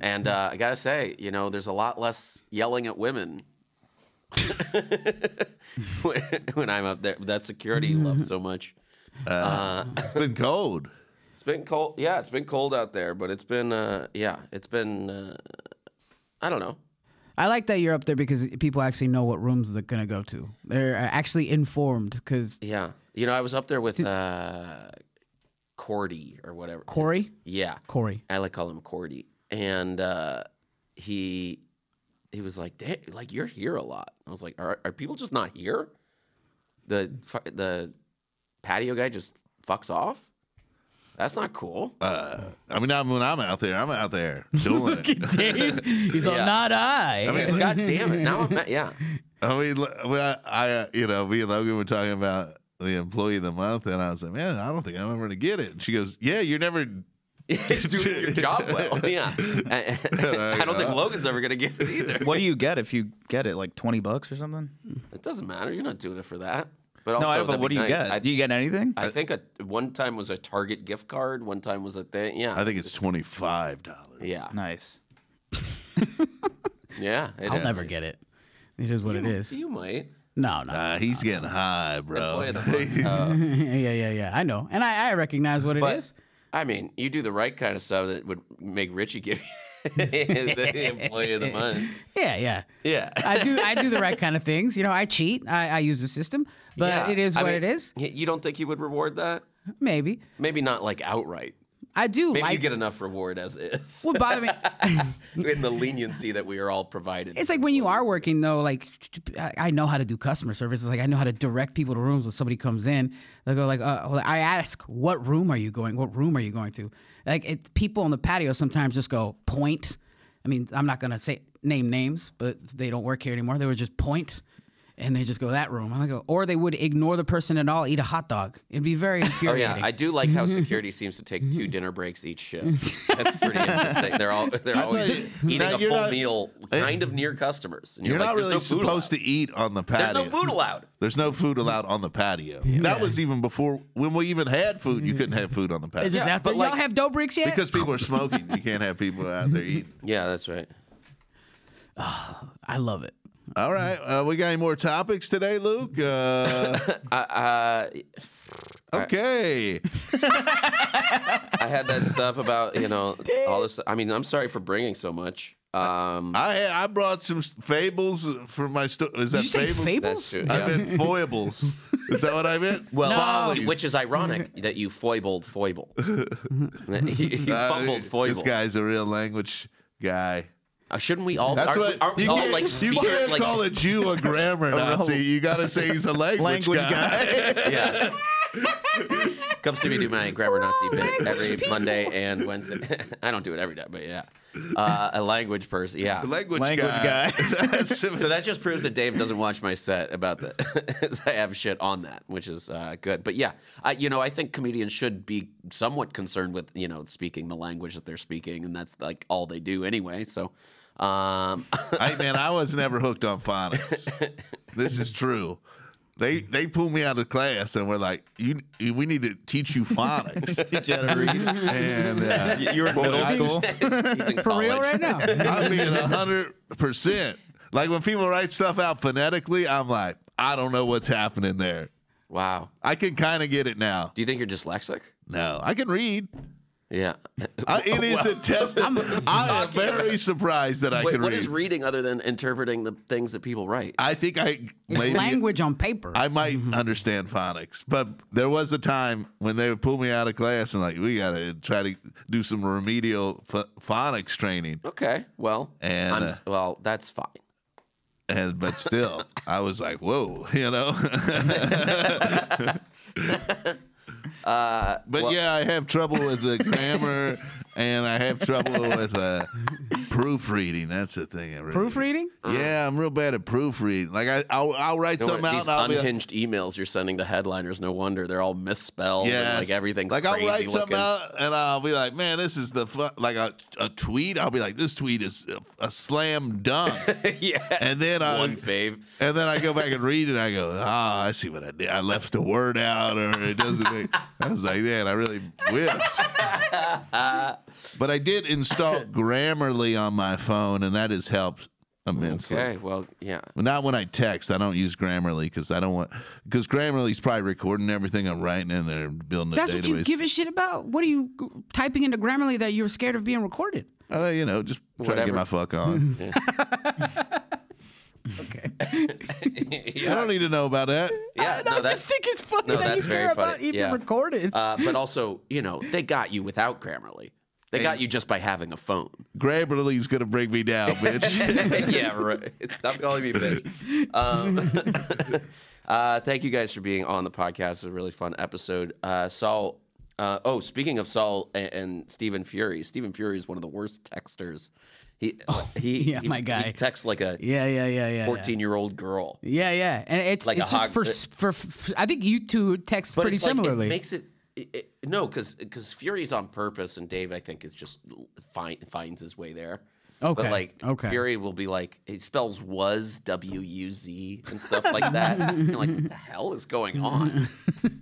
Speaker 4: and uh, I gotta say, you know, there's a lot less yelling at women when, when I'm up there. That security you love so much.
Speaker 3: it's been cold.
Speaker 4: It's been cold. Yeah, it's been cold out there, but it's been uh, yeah, it's been uh, I don't know.
Speaker 2: I like that you're up there because people actually know what rooms they're gonna go to. They're uh, actually informed because
Speaker 4: Yeah. You know, I was up there with uh Cordy or whatever. his-
Speaker 2: Corey?
Speaker 4: Yeah.
Speaker 2: Corey.
Speaker 4: I like call him Cordy. And uh he he was like, "Da- like you're here a lot. I was like, are, are people just not here? The fu- the patio guy just fucks off? That's not cool.
Speaker 3: Uh, I mean, I'm, when I'm out there, I'm out there doing it.
Speaker 2: Dave, he's all
Speaker 4: Yeah.
Speaker 2: not I.
Speaker 3: mean,
Speaker 4: God damn it. Now I'm at, yeah.
Speaker 3: I mean, l- well, I, uh, you know, me and Logan were talking about the employee of the month, and I was like, man, I don't think I'm ever going to get it. And she goes, yeah, you're never.
Speaker 4: Doing your job well. Yeah. I, I don't think Logan's ever going to get it either.
Speaker 1: What do you get if you get it? Like twenty bucks or something?
Speaker 4: It doesn't matter. You're not doing it for that. But also,
Speaker 1: no, I don't.
Speaker 4: that'd
Speaker 1: But what
Speaker 4: be
Speaker 1: do you
Speaker 4: nice.
Speaker 1: get?
Speaker 4: I-
Speaker 1: do you get anything?
Speaker 4: I think a one time was a Target gift card. One time was a thing. Yeah,
Speaker 3: I think it's twenty five dollars.
Speaker 4: yeah,
Speaker 1: nice.
Speaker 4: yeah. it
Speaker 2: I'll
Speaker 4: is.
Speaker 2: never get it. It is what it is.
Speaker 4: You might.
Speaker 2: No, no.
Speaker 3: Uh, he's getting high, bro.
Speaker 4: Employee of the month. Uh,
Speaker 2: yeah, yeah, yeah. I know, and I, I recognize what it is.
Speaker 4: But- I mean, you do the right kind of stuff that would make Richie give you the employee of the month.
Speaker 2: Yeah, yeah.
Speaker 4: Yeah,
Speaker 2: I do. I do the right kind of things. You know, I cheat. I, I use the system, but
Speaker 4: Yeah.
Speaker 2: it is
Speaker 4: I
Speaker 2: what
Speaker 4: mean,
Speaker 2: it is.
Speaker 4: y- You don't think he would reward that?
Speaker 2: Maybe
Speaker 4: Maybe not like outright.
Speaker 2: I do
Speaker 4: Maybe you
Speaker 2: like.
Speaker 4: get enough reward as is.
Speaker 2: what bother me?
Speaker 4: In the leniency that we are all provided.
Speaker 2: It's like when you are working though. Like I I know how to do customer service. It's like I know how to direct people to rooms when somebody comes in. They go like, uh, well, I ask, what room are you going? What room are you going to? Like it, people on the patio sometimes just go point. I mean, I'm not gonna say name names, but they don't work here anymore. They would just point. And they just go that room. I go, or they would ignore the person at all, eat a hot dog. It'd be very
Speaker 4: Oh
Speaker 2: infuriating.
Speaker 4: yeah, I do like how security seems to take two dinner breaks each shift. That's pretty interesting. They're all they're always
Speaker 3: thought you-
Speaker 4: eating
Speaker 3: now
Speaker 4: a
Speaker 3: you're
Speaker 4: full
Speaker 3: not- Eh?
Speaker 4: meal, kind of near customers. And
Speaker 3: You're
Speaker 4: like,
Speaker 3: not
Speaker 4: "There's
Speaker 3: really
Speaker 4: no food
Speaker 3: supposed
Speaker 4: allowed."
Speaker 3: to eat on the patio.
Speaker 4: There's no food allowed.
Speaker 3: There's no food allowed on the patio. That was even before when we even had food. You couldn't have food on the patio
Speaker 2: It's just
Speaker 4: Yeah,
Speaker 2: after,
Speaker 4: but, like-
Speaker 2: y'all have dough bricks yet?
Speaker 3: because people are smoking. You can't have people out there eating.
Speaker 4: Yeah, that's right.
Speaker 2: I love it.
Speaker 3: All right. Uh, we got any more topics today, Luke? Uh,
Speaker 4: I, uh,
Speaker 3: okay.
Speaker 4: I had that stuff about you know all this. I mean, I'm sorry for bringing so much. Um,
Speaker 3: I I brought some s- fables for my sto- is that
Speaker 2: Did you say fables?
Speaker 3: fables?
Speaker 4: That's true.
Speaker 3: I
Speaker 4: Yeah.
Speaker 3: meant foibles. is that what I meant?
Speaker 4: well,
Speaker 2: No.
Speaker 4: follies, which is ironic that you foibled foible. you, you
Speaker 3: Uh,
Speaker 4: fumbled foible.
Speaker 3: This guy's a real language guy.
Speaker 4: Uh, shouldn't we all?
Speaker 3: That's
Speaker 4: aren't we-
Speaker 3: what
Speaker 4: aren't we
Speaker 3: you
Speaker 4: all
Speaker 3: can't,
Speaker 4: like
Speaker 3: you
Speaker 4: speak-
Speaker 3: can't
Speaker 4: like-
Speaker 3: call a Jew a grammar Nazi. You got to say he's a language,
Speaker 1: Language
Speaker 3: guy.
Speaker 1: guy.
Speaker 4: Yeah. Come see me do my grammar Nazi bit every Monday and Wednesday. I don't do it every day, but yeah. Uh, a language person, yeah.
Speaker 3: Language,
Speaker 1: Language
Speaker 3: guy.
Speaker 1: guy.
Speaker 3: That's-
Speaker 4: So that just proves that Dave doesn't watch my set about that. I have shit on that, which is uh, good. But yeah, I, you know, I think comedians should be somewhat concerned with you know speaking the language that they're speaking, and that's like all they do anyway. So, um,
Speaker 3: I man, I was never hooked on phonics. this is true. They they pulled me out of class and were like, "You, we need to teach you phonics."
Speaker 1: Teach you how to read.
Speaker 3: and uh,
Speaker 1: You were in
Speaker 3: Well,
Speaker 1: middle
Speaker 3: I
Speaker 1: school.
Speaker 4: he's in
Speaker 2: For real
Speaker 4: college.
Speaker 2: right now.
Speaker 3: I mean, hundred percent. Like when people write stuff out phonetically, I'm like, I don't know what's happening there.
Speaker 4: Wow.
Speaker 3: I can kind of get it now.
Speaker 4: Do you think you're dyslexic?
Speaker 3: No, I can read.
Speaker 4: Yeah.
Speaker 3: I, it is a test. that- I am very surprised that I
Speaker 4: Wait,
Speaker 3: can
Speaker 4: what
Speaker 3: read.
Speaker 4: is reading other than interpreting the things that people write?
Speaker 3: I think I maybe
Speaker 2: Language on paper.
Speaker 3: I might
Speaker 4: Mm-hmm.
Speaker 3: understand phonics, but there was a time when they would pull me out of class and like we gotta try to do some remedial ph- phonics training.
Speaker 4: Okay, well,
Speaker 3: And,
Speaker 4: I'm,
Speaker 3: uh,
Speaker 4: well, that's fine.
Speaker 3: And but still, I was like, whoa, you know.
Speaker 4: Uh,
Speaker 3: But
Speaker 4: well,
Speaker 3: yeah, I have trouble with the grammar, and I have trouble with uh, proofreading. That's the thing. I really Mm.
Speaker 2: Proofreading?
Speaker 3: Yeah, I'm real bad at proofreading. Like I, I'll, I'll write
Speaker 4: you know what,
Speaker 3: something out,
Speaker 4: these
Speaker 3: and I'll be like,
Speaker 4: unhinged emails you're sending to headliners. No wonder they're all misspelled. and,
Speaker 3: yeah,
Speaker 4: like everything's
Speaker 3: Like
Speaker 4: crazy
Speaker 3: I'll write
Speaker 4: looking.
Speaker 3: something out, and I'll be like, man, this is the fun. Like a, a tweet, I'll be like, this tweet is a, a slam dunk.
Speaker 4: yeah,
Speaker 3: and then I,
Speaker 4: one fave.
Speaker 3: and then I go back and read it. I go, ah, I see what I did. I left the word out, or it doesn't. Make, I was like, man, I really whiffed. but I did install Grammarly on my phone, and that has helped immensely.
Speaker 4: Okay, well, yeah.
Speaker 3: Not when I text. I don't use Grammarly because I don't want because Grammarly's probably recording everything I'm writing and they're building a
Speaker 2: That's
Speaker 3: database.
Speaker 2: what you give a shit about. What are you g- typing into Grammarly that you're scared of being recorded?
Speaker 3: Uh, you know, just try to
Speaker 4: Whatever.
Speaker 3: get my fuck on. I
Speaker 4: yeah,
Speaker 3: don't need to know about that.
Speaker 4: yeah, no,
Speaker 2: I
Speaker 4: that's
Speaker 2: just think it's funny
Speaker 4: no,
Speaker 2: that you
Speaker 4: that's
Speaker 2: care
Speaker 4: very
Speaker 2: about
Speaker 4: funny.
Speaker 2: even
Speaker 4: Yeah.
Speaker 2: recorded.
Speaker 4: uh, but also, you know, they got you without Grammarly. They got you just by having a phone.
Speaker 3: Grammarly's gonna bring me down, bitch.
Speaker 4: yeah, right. Stop calling me bitch. Um, uh, thank you guys for being on the podcast. It's a really fun episode. Uh, Saul. Uh, oh, speaking of Saul and, and Stephen Fury, Stephen Fury is one of the worst texters. He he
Speaker 2: Oh, yeah,
Speaker 4: he-
Speaker 2: my guy.
Speaker 4: He texts like a
Speaker 2: yeah, yeah, yeah, yeah. yeah.
Speaker 4: fourteen year old girl.
Speaker 2: Yeah, yeah, and it's
Speaker 4: Like
Speaker 2: it's
Speaker 4: a
Speaker 2: just
Speaker 4: hog- uh,
Speaker 2: for, s- for for I think you two text pretty
Speaker 4: it's like,
Speaker 2: similarly.
Speaker 4: it makes it. It, it, no, because Fury's on purpose, and Dave I think is just find, finds his way there.
Speaker 2: Okay,
Speaker 4: but like
Speaker 2: okay.
Speaker 4: Fury will be like he spells was w u z and stuff like that. and you're like what the hell is going on?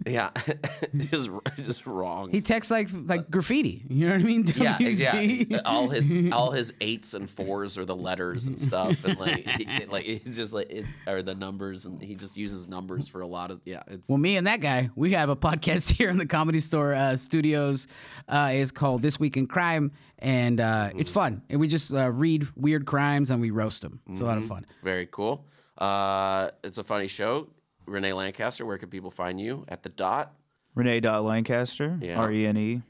Speaker 4: yeah, just just wrong.
Speaker 2: he texts like like graffiti. You know what I mean?
Speaker 4: yeah,
Speaker 2: WZ.
Speaker 4: yeah. All his all his eights and fours are the letters and stuff, and like he, like it's just like it's are the numbers, and he just uses numbers for a lot of yeah. It's
Speaker 2: Well, me and that guy, we have a podcast here in the Comedy Store uh, Studios. Uh, it's called This Week in Crime, and uh, it's
Speaker 4: Mm-hmm.
Speaker 2: fun. And we just uh, read weird crimes and we roast them. It's a lot
Speaker 4: Mm-hmm.
Speaker 2: of fun.
Speaker 4: Very cool. Uh, it's a funny show. Renee Lancaster, where can people find you? At the dot.
Speaker 1: Renee dot Lancaster.
Speaker 4: Yeah.
Speaker 1: R E N E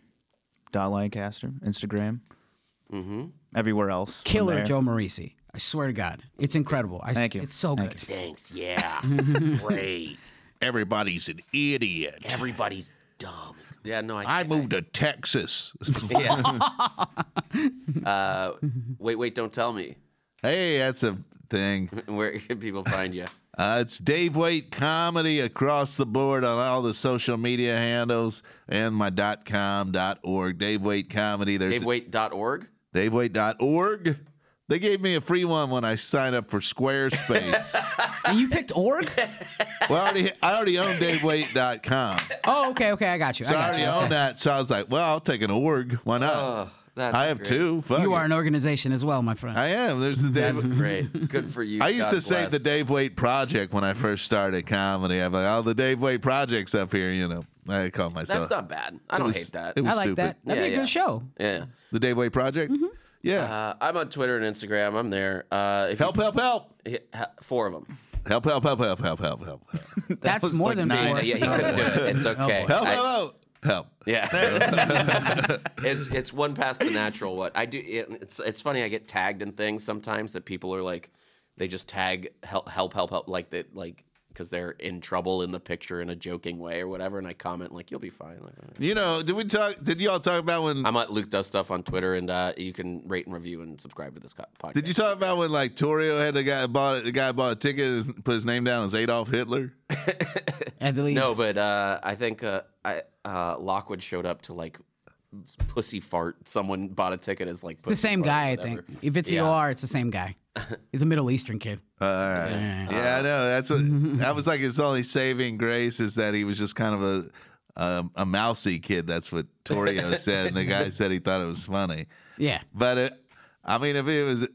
Speaker 1: dot Lancaster. Instagram. Mm-hmm. Everywhere else. from
Speaker 2: Killer
Speaker 1: there.
Speaker 2: Joe Marisi. I swear to God, it's incredible. I,
Speaker 1: Thank you.
Speaker 2: It's so
Speaker 1: Thank
Speaker 2: good.
Speaker 4: Thanks. Yeah. Great.
Speaker 3: Everybody's an idiot.
Speaker 4: Everybody's dumb. Yeah. No. I.
Speaker 3: I moved to Texas.
Speaker 4: yeah. uh, wait. Wait. Don't tell me
Speaker 3: hey, that's a thing.
Speaker 4: where can people find you.
Speaker 3: Uh, it's Dave Waite Comedy across the board on all the social media handles and my dot com dot org. Dave Waite Comedy. There's
Speaker 4: DaveWait.org.
Speaker 3: DaveWaite.org. They gave me a free one when I signed up for Squarespace.
Speaker 2: And you picked org?
Speaker 3: well, I already, I already own DaveWait.com.
Speaker 2: Oh, okay, okay, I got you.
Speaker 3: So I
Speaker 2: got
Speaker 3: already
Speaker 2: you.
Speaker 3: own that. So I was like, well, I'll take an org. Why not?
Speaker 4: Oh, That's
Speaker 3: I have
Speaker 4: great.
Speaker 3: two. Fuck
Speaker 2: You
Speaker 3: it.
Speaker 2: are an organization as well, my friend.
Speaker 3: I am. There's the Dave.
Speaker 4: Great. Good for you.
Speaker 3: I used
Speaker 4: God
Speaker 3: to say the
Speaker 4: bless.
Speaker 3: Dave Wait Project when I first started comedy. I'm like, oh, the Dave Wait Project's up here. You know, I call myself.
Speaker 4: That's not bad. I don't
Speaker 3: was-
Speaker 4: hate that.
Speaker 3: it
Speaker 2: I
Speaker 3: was
Speaker 2: like
Speaker 3: stupid.
Speaker 2: that. Mm-hmm. That'd
Speaker 4: Yeah,
Speaker 2: be a
Speaker 4: yeah.
Speaker 2: good show.
Speaker 4: yeah.
Speaker 3: the Dave Wait Project. Yeah.
Speaker 4: Uh, I'm on Twitter and Instagram. I'm there. Uh, if
Speaker 3: help! Help! Help!
Speaker 4: You, yeah, four of them.
Speaker 3: Help! Help! Help! Help! Help! Help! Help! Help!
Speaker 2: That's
Speaker 1: was
Speaker 2: more
Speaker 1: like
Speaker 2: than
Speaker 1: nine.
Speaker 2: four.
Speaker 4: Yeah, he couldn't do it. It's okay.
Speaker 2: boy.
Speaker 3: Help!
Speaker 4: I-
Speaker 3: Help! Help!
Speaker 4: Yeah, it's it's one past the natural. What I do, it, it's it's funny. I get tagged in things sometimes that people are like, they just tag help help help help like that like because they're in trouble in the picture in a joking way or whatever, and I comment like, you'll be fine. Like, all right.
Speaker 3: You know, did we talk? Did y'all talk about when?
Speaker 4: I'm at Luke Does Stuff on Twitter, and uh, you can rate and review and subscribe to this co- podcast.
Speaker 3: Did you talk about when like Torrio had the guy bought it? The guy bought a ticket, and his- put his name down as Adolf Hitler.
Speaker 2: I believe.
Speaker 4: No, but uh, I think uh, I, uh, Lockwood showed up to like pussy fart. Someone bought a ticket as like
Speaker 2: the same guy, I think. If it's
Speaker 4: Yeah.
Speaker 2: EOR, it's the same guy. He's a Middle Eastern kid.
Speaker 3: All right.
Speaker 2: Yeah.
Speaker 3: Yeah, I know. That's what that was like. His only saving grace is that he was just kind of a a, a mousy kid. That's what Torrio said, and the guy said he thought it was funny.
Speaker 2: Yeah.
Speaker 3: But it, I mean, if it was,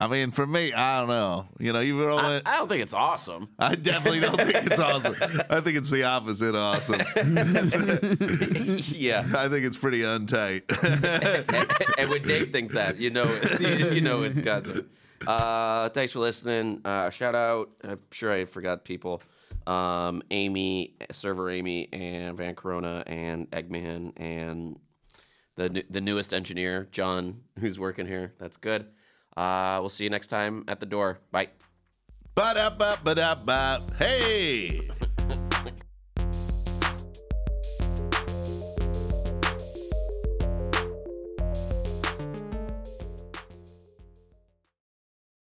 Speaker 3: I mean, for me, I don't know. You know, you were only.
Speaker 4: I, I don't think it's awesome.
Speaker 3: I definitely don't think it's awesome. I think it's the opposite of awesome.
Speaker 4: yeah.
Speaker 3: I think it's pretty untight.
Speaker 4: and when Dave think that, you know, it, you know it's gossip. Uh, thanks for listening. Uh, shout out. I'm sure I forgot people. Um, Amy, server Amy, and Van Corona, and Eggman, and the new- the newest engineer John, who's working here. That's good. Uh, we'll see you next time at the door. Bye.
Speaker 3: Ba da ba ba da ba. Hey.